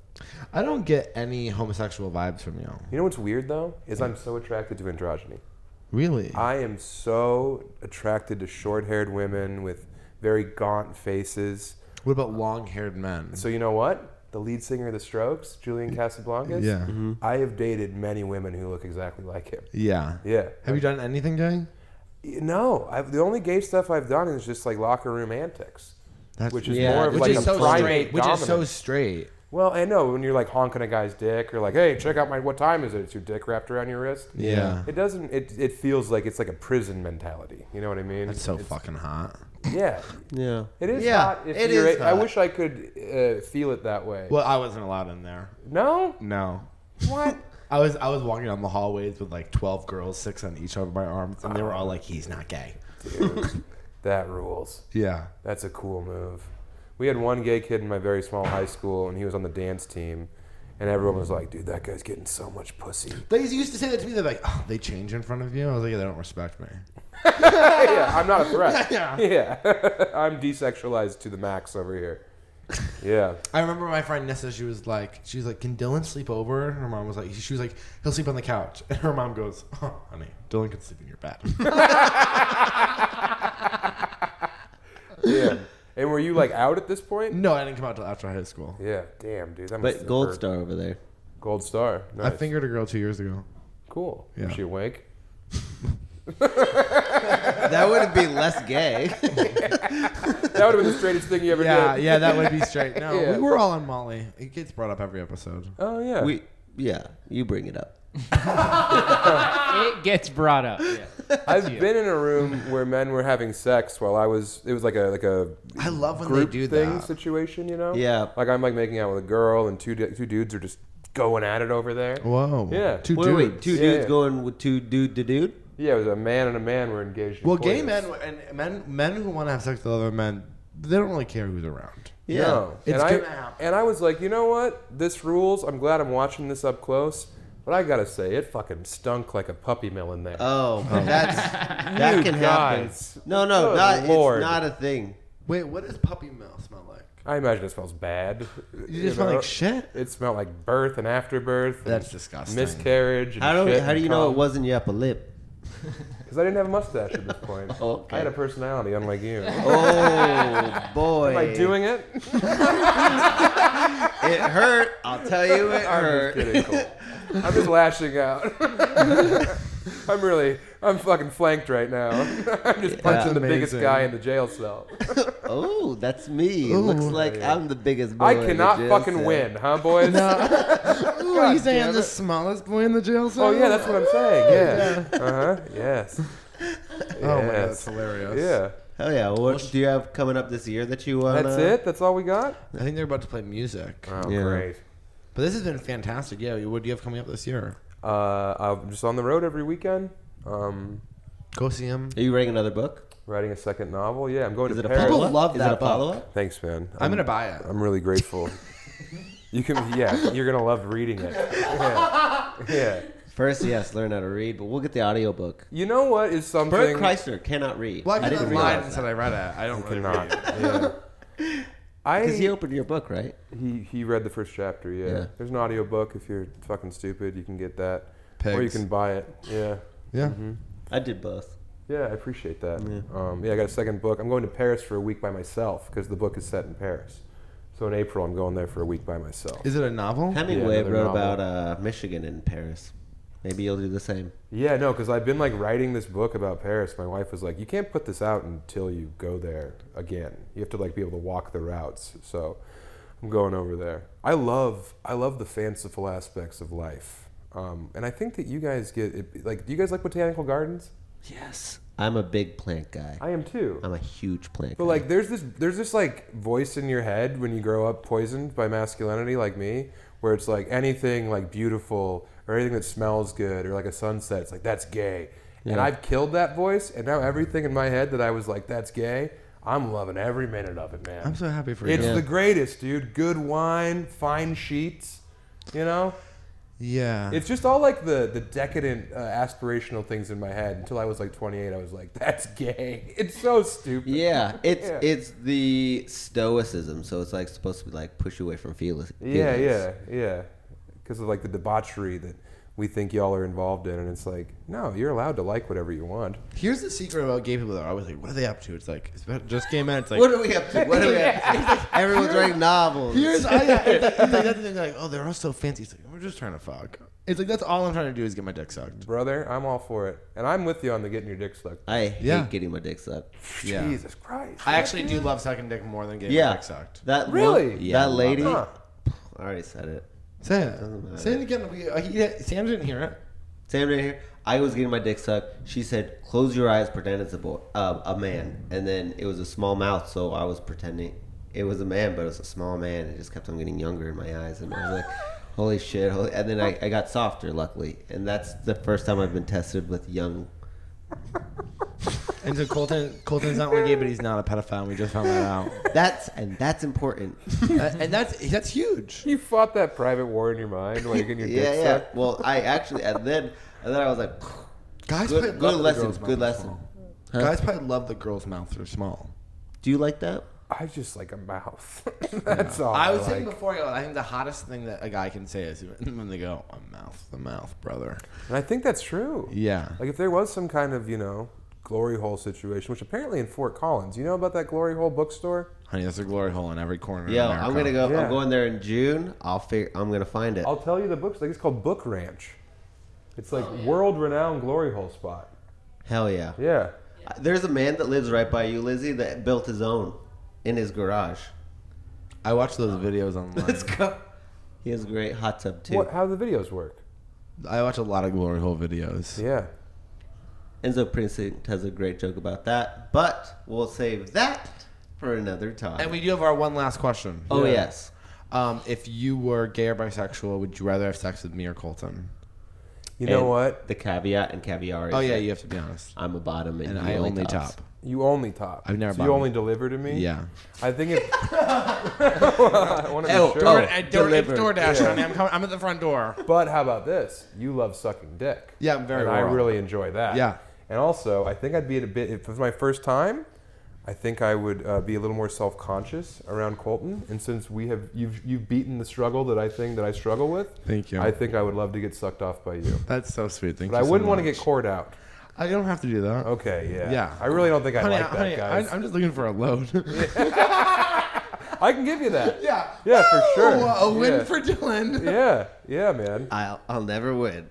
B: I don't get any homosexual vibes from you.
C: You know what's weird though? Is I'm so attracted to androgyny.
B: Really?
C: I am so attracted to short haired women with very gaunt faces.
B: what about long-haired men?
C: So you know what? The lead singer of the Strokes, Julian Casablancas.
B: Yeah.
C: I have dated many women who look exactly like him.
B: yeah.
C: Yeah.
B: Have you done anything gay?
C: No, I've, the only gay stuff I've done is just like locker room antics,
B: That's-
C: which is
E: Yeah,
C: more of
E: which
C: like
E: is
C: a
E: so
C: primate
B: Which is so
C: dominance.
B: straight.
C: Well, I know when you're like honking a guy's dick, or like, "Hey, check out my what time is it?" It's your dick wrapped around your wrist.
B: Yeah.
C: It doesn't. It, it feels like it's like a prison mentality. You know what I mean?
B: That's so
C: It's-
B: fucking hot.
C: Yeah.
E: Yeah,
C: It is
E: Yeah,
C: hot. If
E: it
C: you're
E: is
C: a- I
E: hot.
C: wish I could uh, feel it that way.
B: Well, I wasn't allowed in there. [laughs]
C: no.
B: No.
C: What?
B: I was I was walking down the hallways with like twelve girls, six on each of my arms, and they were all like, "He's not gay."
C: that rules.
B: Yeah.
C: That's a cool move. We had one gay kid in my very small high school, and he was on the dance team. and everyone was like, "Dude, that guy's getting so much
B: [laughs]
C: pussy."
B: They used to say that to me. They're like, oh, they change in front of you. I was like, yeah, they don't respect me.
C: yeah, I'm not a threat.
B: [laughs] Yeah.
C: yeah, [laughs] I'm desexualized to the max over here. Yeah,
B: I remember my friend Nessa. She was like, she was like, can Dylan sleep over? And her mom was like, she was like, he'll sleep on the couch. [laughs] And her mom goes, oh, honey, Dylan can sleep in your bed. [laughs]
C: yeah. [laughs] And were you like out at this point?
B: no, I didn't come out till after high school.
C: Yeah. Damn, dude. That must
E: But
C: have
E: Gold
C: hurt.
E: Star over there.
C: Gold star.
B: I
C: Nice.
B: fingered a girl two years ago.
C: Cool.
B: Yeah.
C: Is she awake?
E: That wouldn't be less [laughs] gay.
C: That would have been the straightest thing you ever
B: Yeah,
C: did.
B: yeah, that would be straight. No,
C: Yeah.
B: we were all on Molly. It gets brought up every episode.
C: [laughs] Oh yeah.
E: we, yeah, you bring it up.
D: It gets brought up. Yeah.
C: I've been in a room where men were having sex while I was. It was like a like a
B: I love when
C: group
B: they do
C: thing
B: that.
C: situation, you know?
E: Yeah.
C: Like I'm like making out with a girl and two du- two dudes are just going at it over there.
B: Whoa.
C: Yeah.
B: Two
E: Wait,
B: dudes.
E: wait, two
C: Yeah,
E: dudes
C: yeah.
E: going with two dude to dude.
C: Yeah, it was a man and a man were engaged. In
B: Well, gay
C: coitus.
B: men and men men who want to have sex with other men, they don't really care who's around.
E: Yeah.
C: No.
B: It's
C: and
B: gonna
C: I,
B: happen.
C: And I was like, you know what? This rules. I'm glad I'm watching this up close. But I gotta say, it fucking stunk like a puppy mill in there. [laughs]
E: Oh, that's that
C: You
E: can
C: guys.
E: happen. No, no,
C: Good
E: not,
C: Lord.
E: it's not a thing.
B: Wait, what does puppy mill smell like?
C: I imagine it smells bad.
B: You just
C: know?
B: smell like
C: [laughs]
B: shit.
C: It smelled like birth and afterbirth. and
B: That's disgusting.
C: Miscarriage. And
E: How do
C: shit
E: how do you know it wasn't your upper
C: [laughs]
E: lip?
C: Because I didn't have a mustache at this point.
E: [laughs] Okay.
C: I had a personality, unlike you.
E: Oh boy,
C: Am I
E: [laughs]
C: doing it? [laughs]
E: it hurt. I'll tell you, it
C: I'm just
E: hurt.
C: kidding. Cole. I'm just lashing out. [laughs] I'm really, I'm fucking flanked right now. [laughs] I'm just punching the biggest
B: amazing.
C: guy in the jail cell.
E: Oh, that's me. It Looks
B: Ooh.
E: like I'm the biggest. Boy
C: I
E: in the
C: cannot
E: jail
C: fucking
E: cell.
C: win, huh, boys?
B: Ooh,
C: God
B: you saying
C: damn
B: I'm the
C: it.
B: smallest boy in the jail cell?
C: Oh yeah, that's what I'm saying. Yeah. Uh huh. Yes.
B: [laughs] Oh my god, that's
C: Yes.
B: hilarious.
C: Yeah.
E: Hell yeah! What do you have coming up this year that you want?
C: That's it. That's all we got.
B: I think they're about to play music.
C: Oh,
E: uh, Yeah.
C: great.
B: But this has been fantastic. Yeah, what do you have coming up this year?
C: Uh, I'm just on the road every weekend. Um,
B: Go see him.
E: Are you writing another book?
C: writing a second novel. Yeah, I'm going
E: Is
C: to
E: it a
C: Paris.
E: follow
B: People
E: up?
B: love
E: Is
B: that
E: it a
B: book.
E: follow up?
C: Thanks, man.
B: I'm gonna buy it.
C: I'm really grateful. you can. Yeah, you're gonna love reading it. Yeah. yeah.
E: First, yes, learn how to read, but we'll get the audiobook.
C: You know what is something?
E: Bert Kreisler cannot read.
B: Well, I,
E: didn't
B: didn't lie
E: realize
B: and said I read it. I don't really
C: cannot.
B: read it.
C: Yeah. I
E: because he opened your book, right?
C: He he read the first chapter. Yeah.
E: Yeah.
C: There's an audio book if you're fucking stupid. You can get that, or you
B: Pigs.
C: can buy it. Yeah.
B: Yeah.
C: Mm-hmm.
E: I did both.
C: Yeah, I appreciate that. Um, yeah, I got a second book. I'm going to Paris for a week by myself because the book is set in Paris. So in April, I'm going there for a week by myself.
B: Is it a novel?
E: Hemingway
C: another
E: wrote
C: novel.
E: about uh, Michigan and Paris. Maybe you'll do the same.
C: Yeah, no, because I've been like writing this book about Paris. My wife was like, "You can't put this out until you go there again. You have to like be able to walk the routes." So I'm going over there. I love, I love the fanciful aspects of life, um, and I think that you guys get it, like, do you guys like botanical gardens?
E: I'm a big plant guy.
C: I am too.
E: I'm a huge plant
C: But
E: guy.
C: like, there's this, there's this like voice in your head when you grow up poisoned by masculinity, like me, where it's like anything like beautiful or anything that smells good or like a sunset, it's like that's gay. And I've killed that voice, and now everything in my head that I was like that's gay, I'm loving every minute of it, man.
B: I'm so happy for you.
C: it's
B: Yeah.
C: the greatest, dude. Good wine, fine sheets, you know. It's just all like the the decadent uh, aspirational things in my head. Until I was like 28, I was like, "That's gay." [laughs] It's so stupid.
E: yeah, it's
C: Yeah.
E: it's the stoicism, so it's like supposed to be like push you away from feel- feelings.
C: Yeah, yeah, yeah. Because of like the debauchery that we think y'all are involved in, and it's like, no, you're allowed to like whatever you want.
B: Here's the secret about gay people. Though I was like, what are they up to? It's like it's about just gay men. It's like
E: What are we up to? What are we
C: [laughs]
E: up to? Everyone's writing novels.
B: Here's I, [laughs] it's like, it's like, that's the thing, like, oh, they're all so fancy. It's like, we're just trying to fuck. It's like that's all I'm trying to do is get my dick sucked.
C: Brother, I'm all for it. And I'm with you on the getting your dick sucked.
E: I hate
B: Yeah.
E: getting my dick sucked.
B: Yeah.
C: Jesus Christ.
B: I actually do love sucking dick more than getting my
E: Yeah,
B: dick sucked.
E: that one-
C: Really?
E: that
C: Yeah, I love
E: lady.
C: Huh.
E: I already said it.
B: Say it. Say it again. We, uh, he, Sam didn't hear it.
E: Sam right here. I was getting my dick sucked. She said, "Close your eyes, pretend it's a boy, uh, a man." And then it was a small mouth, so I was pretending it was a man, but it was a small man. It just kept on getting younger in my eyes, and I was like, "Holy shit!" Holy... And then I, I got softer, luckily, and that's the first time I've been tested with young.
B: And so Colton, Colton's not only gay, but he's not a pedophile. And we just found that out.
E: That's and that's important.
B: Uh, and that's that's huge.
C: You fought that private war in your mind while
B: [laughs]
C: you're getting your
E: yeah,
C: dick
E: yeah.
C: sucked.
E: Well, I actually and then and then I was like,
B: Guys,
E: good,
B: love
E: good
B: the
E: lesson,
B: girls' mouth
E: good
B: are
E: lesson.
B: small.
E: Huh?
B: Guys probably love the girls' mouths are small.
E: Do you like that?
C: I just like a mouth. [laughs] That's all.
B: I
C: I
B: was
C: like.
B: saying before, I I think the hottest thing that a guy can say is [laughs] when they go, "A mouth, the mouth, brother."
C: and I think that's true.
B: Yeah.
C: Like if there was some kind of you know glory hole situation, which apparently in Fort Collins, you know about that glory hole bookstore?
B: Honey, there's a glory hole in every corner. of
E: Yo,
B: America.
E: I'm gonna go.
C: Yeah.
E: I'm going there in June. I'll figure. I'm gonna find it.
C: I'll tell you the books. Like it's called Book Ranch. It's
B: Oh,
C: like world renowned glory hole spot.
E: Hell yeah.
C: Yeah.
E: Uh, There's a man that lives right by you, Lizzie, that built his own in his garage.
B: I watch those videos online.
E: go. He has a great hot tub too.
C: What? How do the videos work?
B: I watch a lot of glory hole videos.
C: Yeah.
E: Enzo Precinct has a great joke about that, but we'll save that for another time.
B: And we do have our one last question.
E: oh yes.
B: Um, if you were gay or bisexual, would you rather have sex with me or Colton?
C: You know
E: And
C: what?
E: The caveat and caviar. Is
B: Oh yeah,
E: that
B: you have to be honest.
E: I'm a bottom and,
B: And
E: you
B: I only
E: tops.
B: top.
C: You only top.
B: I've never
C: So you
B: bottomed.
C: only deliver to me.
B: Yeah.
C: I think if [laughs] I want to
B: oh,
C: be sure.
E: Delivered.
B: uh, DoorDash, honey. I'm, coming, I'm at the front door.
C: But how about this? You love sucking dick.
B: Yeah, I'm very
C: And I
B: raw.
C: really enjoy that.
B: Yeah.
C: And also, I think I'd be a bit. If it was my first time, I think I would uh, be a little more self-conscious around Colton. And since we have you've you've beaten the struggle that I think that I struggle with.
B: Thank you.
C: I think I would love to get sucked off by you.
B: That's so sweet. Thank
C: But I
B: you.
C: wouldn't
B: want
C: to get cored out.
B: I don't have to do that.
C: Okay, yeah.
B: Yeah.
C: I really don't think I
B: Honey,
C: like that,
B: honey,
C: guys.
B: I, am just looking for a load. [laughs]
C: I, can give you that.
B: yeah.
C: Yeah, for sure.
B: A win
C: Yeah.
B: for Dylan.
C: Yeah, yeah, man.
E: I'll I'll never win.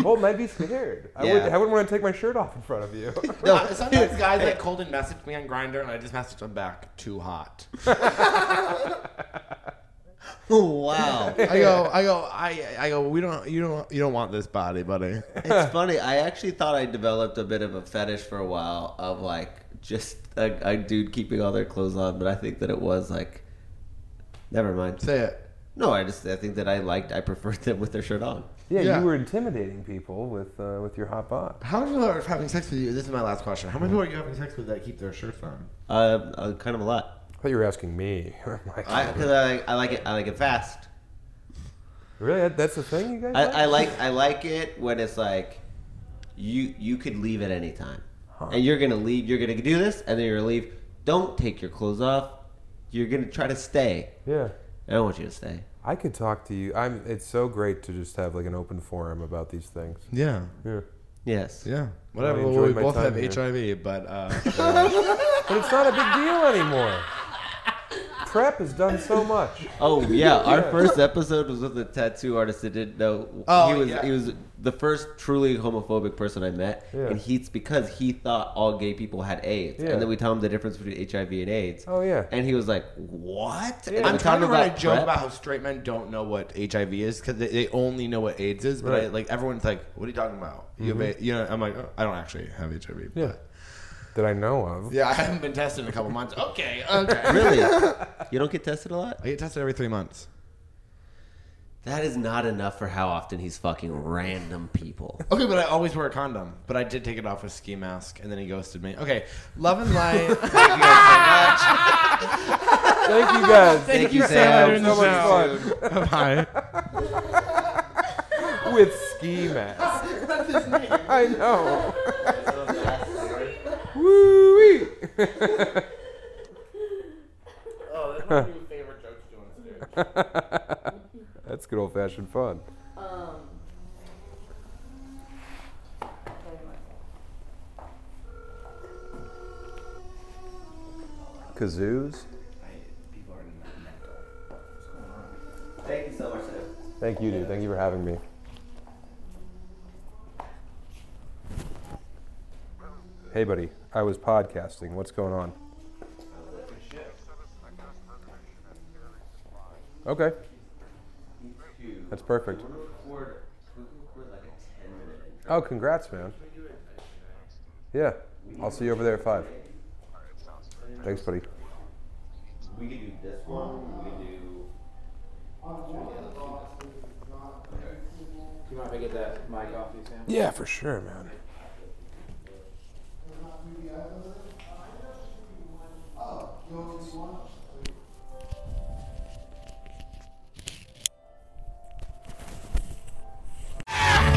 C: Colton, I'd be scared. I,
E: Yeah.
C: would, I wouldn't want to take my shirt off in front
E: [laughs]
C: of you.
E: No,
B: [laughs] Sometimes guys like Colton message me on Grinder, and I just message them back. Too hot.
E: [laughs]
B: [laughs]
E: wow.
B: I go. I go. I. I go. We don't. You don't. You don't want this body, [laughs] buddy.
E: It's funny. I actually thought I developed a bit of a fetish for a while of like just a, a dude keeping all their clothes on, but I think that it was like, never mind.
B: Say it.
E: No, I just I think that I liked I preferred [laughs] them with their shirt on.
C: Yeah,
B: Yeah.
C: you were intimidating people with uh, with your hot bod.
B: How many people are having sex with you? This is my last question. How many people are you having sex with that keep their shirts on?
E: Uh, uh, kind of a lot.
C: I thought you were asking me. [laughs] Oh I'm like,
E: I because I, I like it. I like it fast.
C: really? That- That's the thing you guys?
E: I,
C: like?
E: I like I like it when it's like, you you could leave at any time, and you're gonna leave. You're gonna do this, and then you're gonna leave. Don't take your clothes off. You're gonna try to stay.
C: yeah.
E: I don't want you to stay.
C: I could talk to you. I'm. It's so great to just have like an open forum about these things.
B: Yeah.
C: Yeah.
E: Yes.
B: Yeah. Whatever.
C: enjoyed
B: well, we
C: my
B: both
C: time
B: have
C: here.
B: HIV, but
C: [laughs]
B: uh,
C: But it's not a big deal anymore. Prep has done so much.
B: [laughs]
E: Oh yeah, our first episode was with a tattoo artist that didn't know.
B: Oh,
E: he was
B: yeah.
E: he was the first truly homophobic person I met,
C: Yeah.
E: and he's because he thought all gay people had AIDS,
C: Yeah.
E: and then we tell him the difference between HIV and AIDS.
C: Oh, yeah.
E: and he was like, "What?" And
B: I'm
E: we
B: trying
E: talked
B: to write a joke
E: PrEP.
B: about how straight men don't know what HIV is because they, they only know what AIDS is. But I,
C: Right. Mm-hmm.
B: like everyone's like, "What are you talking about? You have a, you know?" I'm like, oh, "I don't actually have HIV." but-
C: Yeah. That I know of.
B: Yeah, I haven't been tested in a couple months. Okay. Okay.
E: really. You don't get tested a lot.
B: I get tested every three months.
E: That is not enough for how often he's fucking random people.
B: Okay, but I always wear a condom. But I did take it off with ski mask, and then he ghosted me. Okay, love and light. Thank you guys so much.
C: Thank you guys.
E: Thank you,
B: Sam.
E: Sam.
C: so much
B: Bye.
E: [laughs]
C: fun [laughs] with ski mask. [laughs] I know. Woo wee.
B: [laughs] Oh, that's my new favorite jokes doing this, dude.
C: That's good old fashioned fun.
F: Um.
C: Kazoos.
E: Thank you so much, Sam.
C: Thank you, dude. Thank you for having me. Hey, buddy. I was podcasting. What's going on? Okay. That's perfect. Oh, congrats, man. Yeah. I'll see you over there at 5. Thanks, buddy.
E: We could do this one. We could do.
G: You mind if I get that mic off you, Sam?
C: Yeah, for sure, man.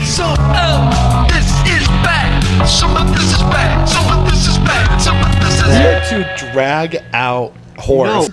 A: So um, this is bad. Some of this is bad. Some of this is bad. Some of this is
B: Here to drag out horse.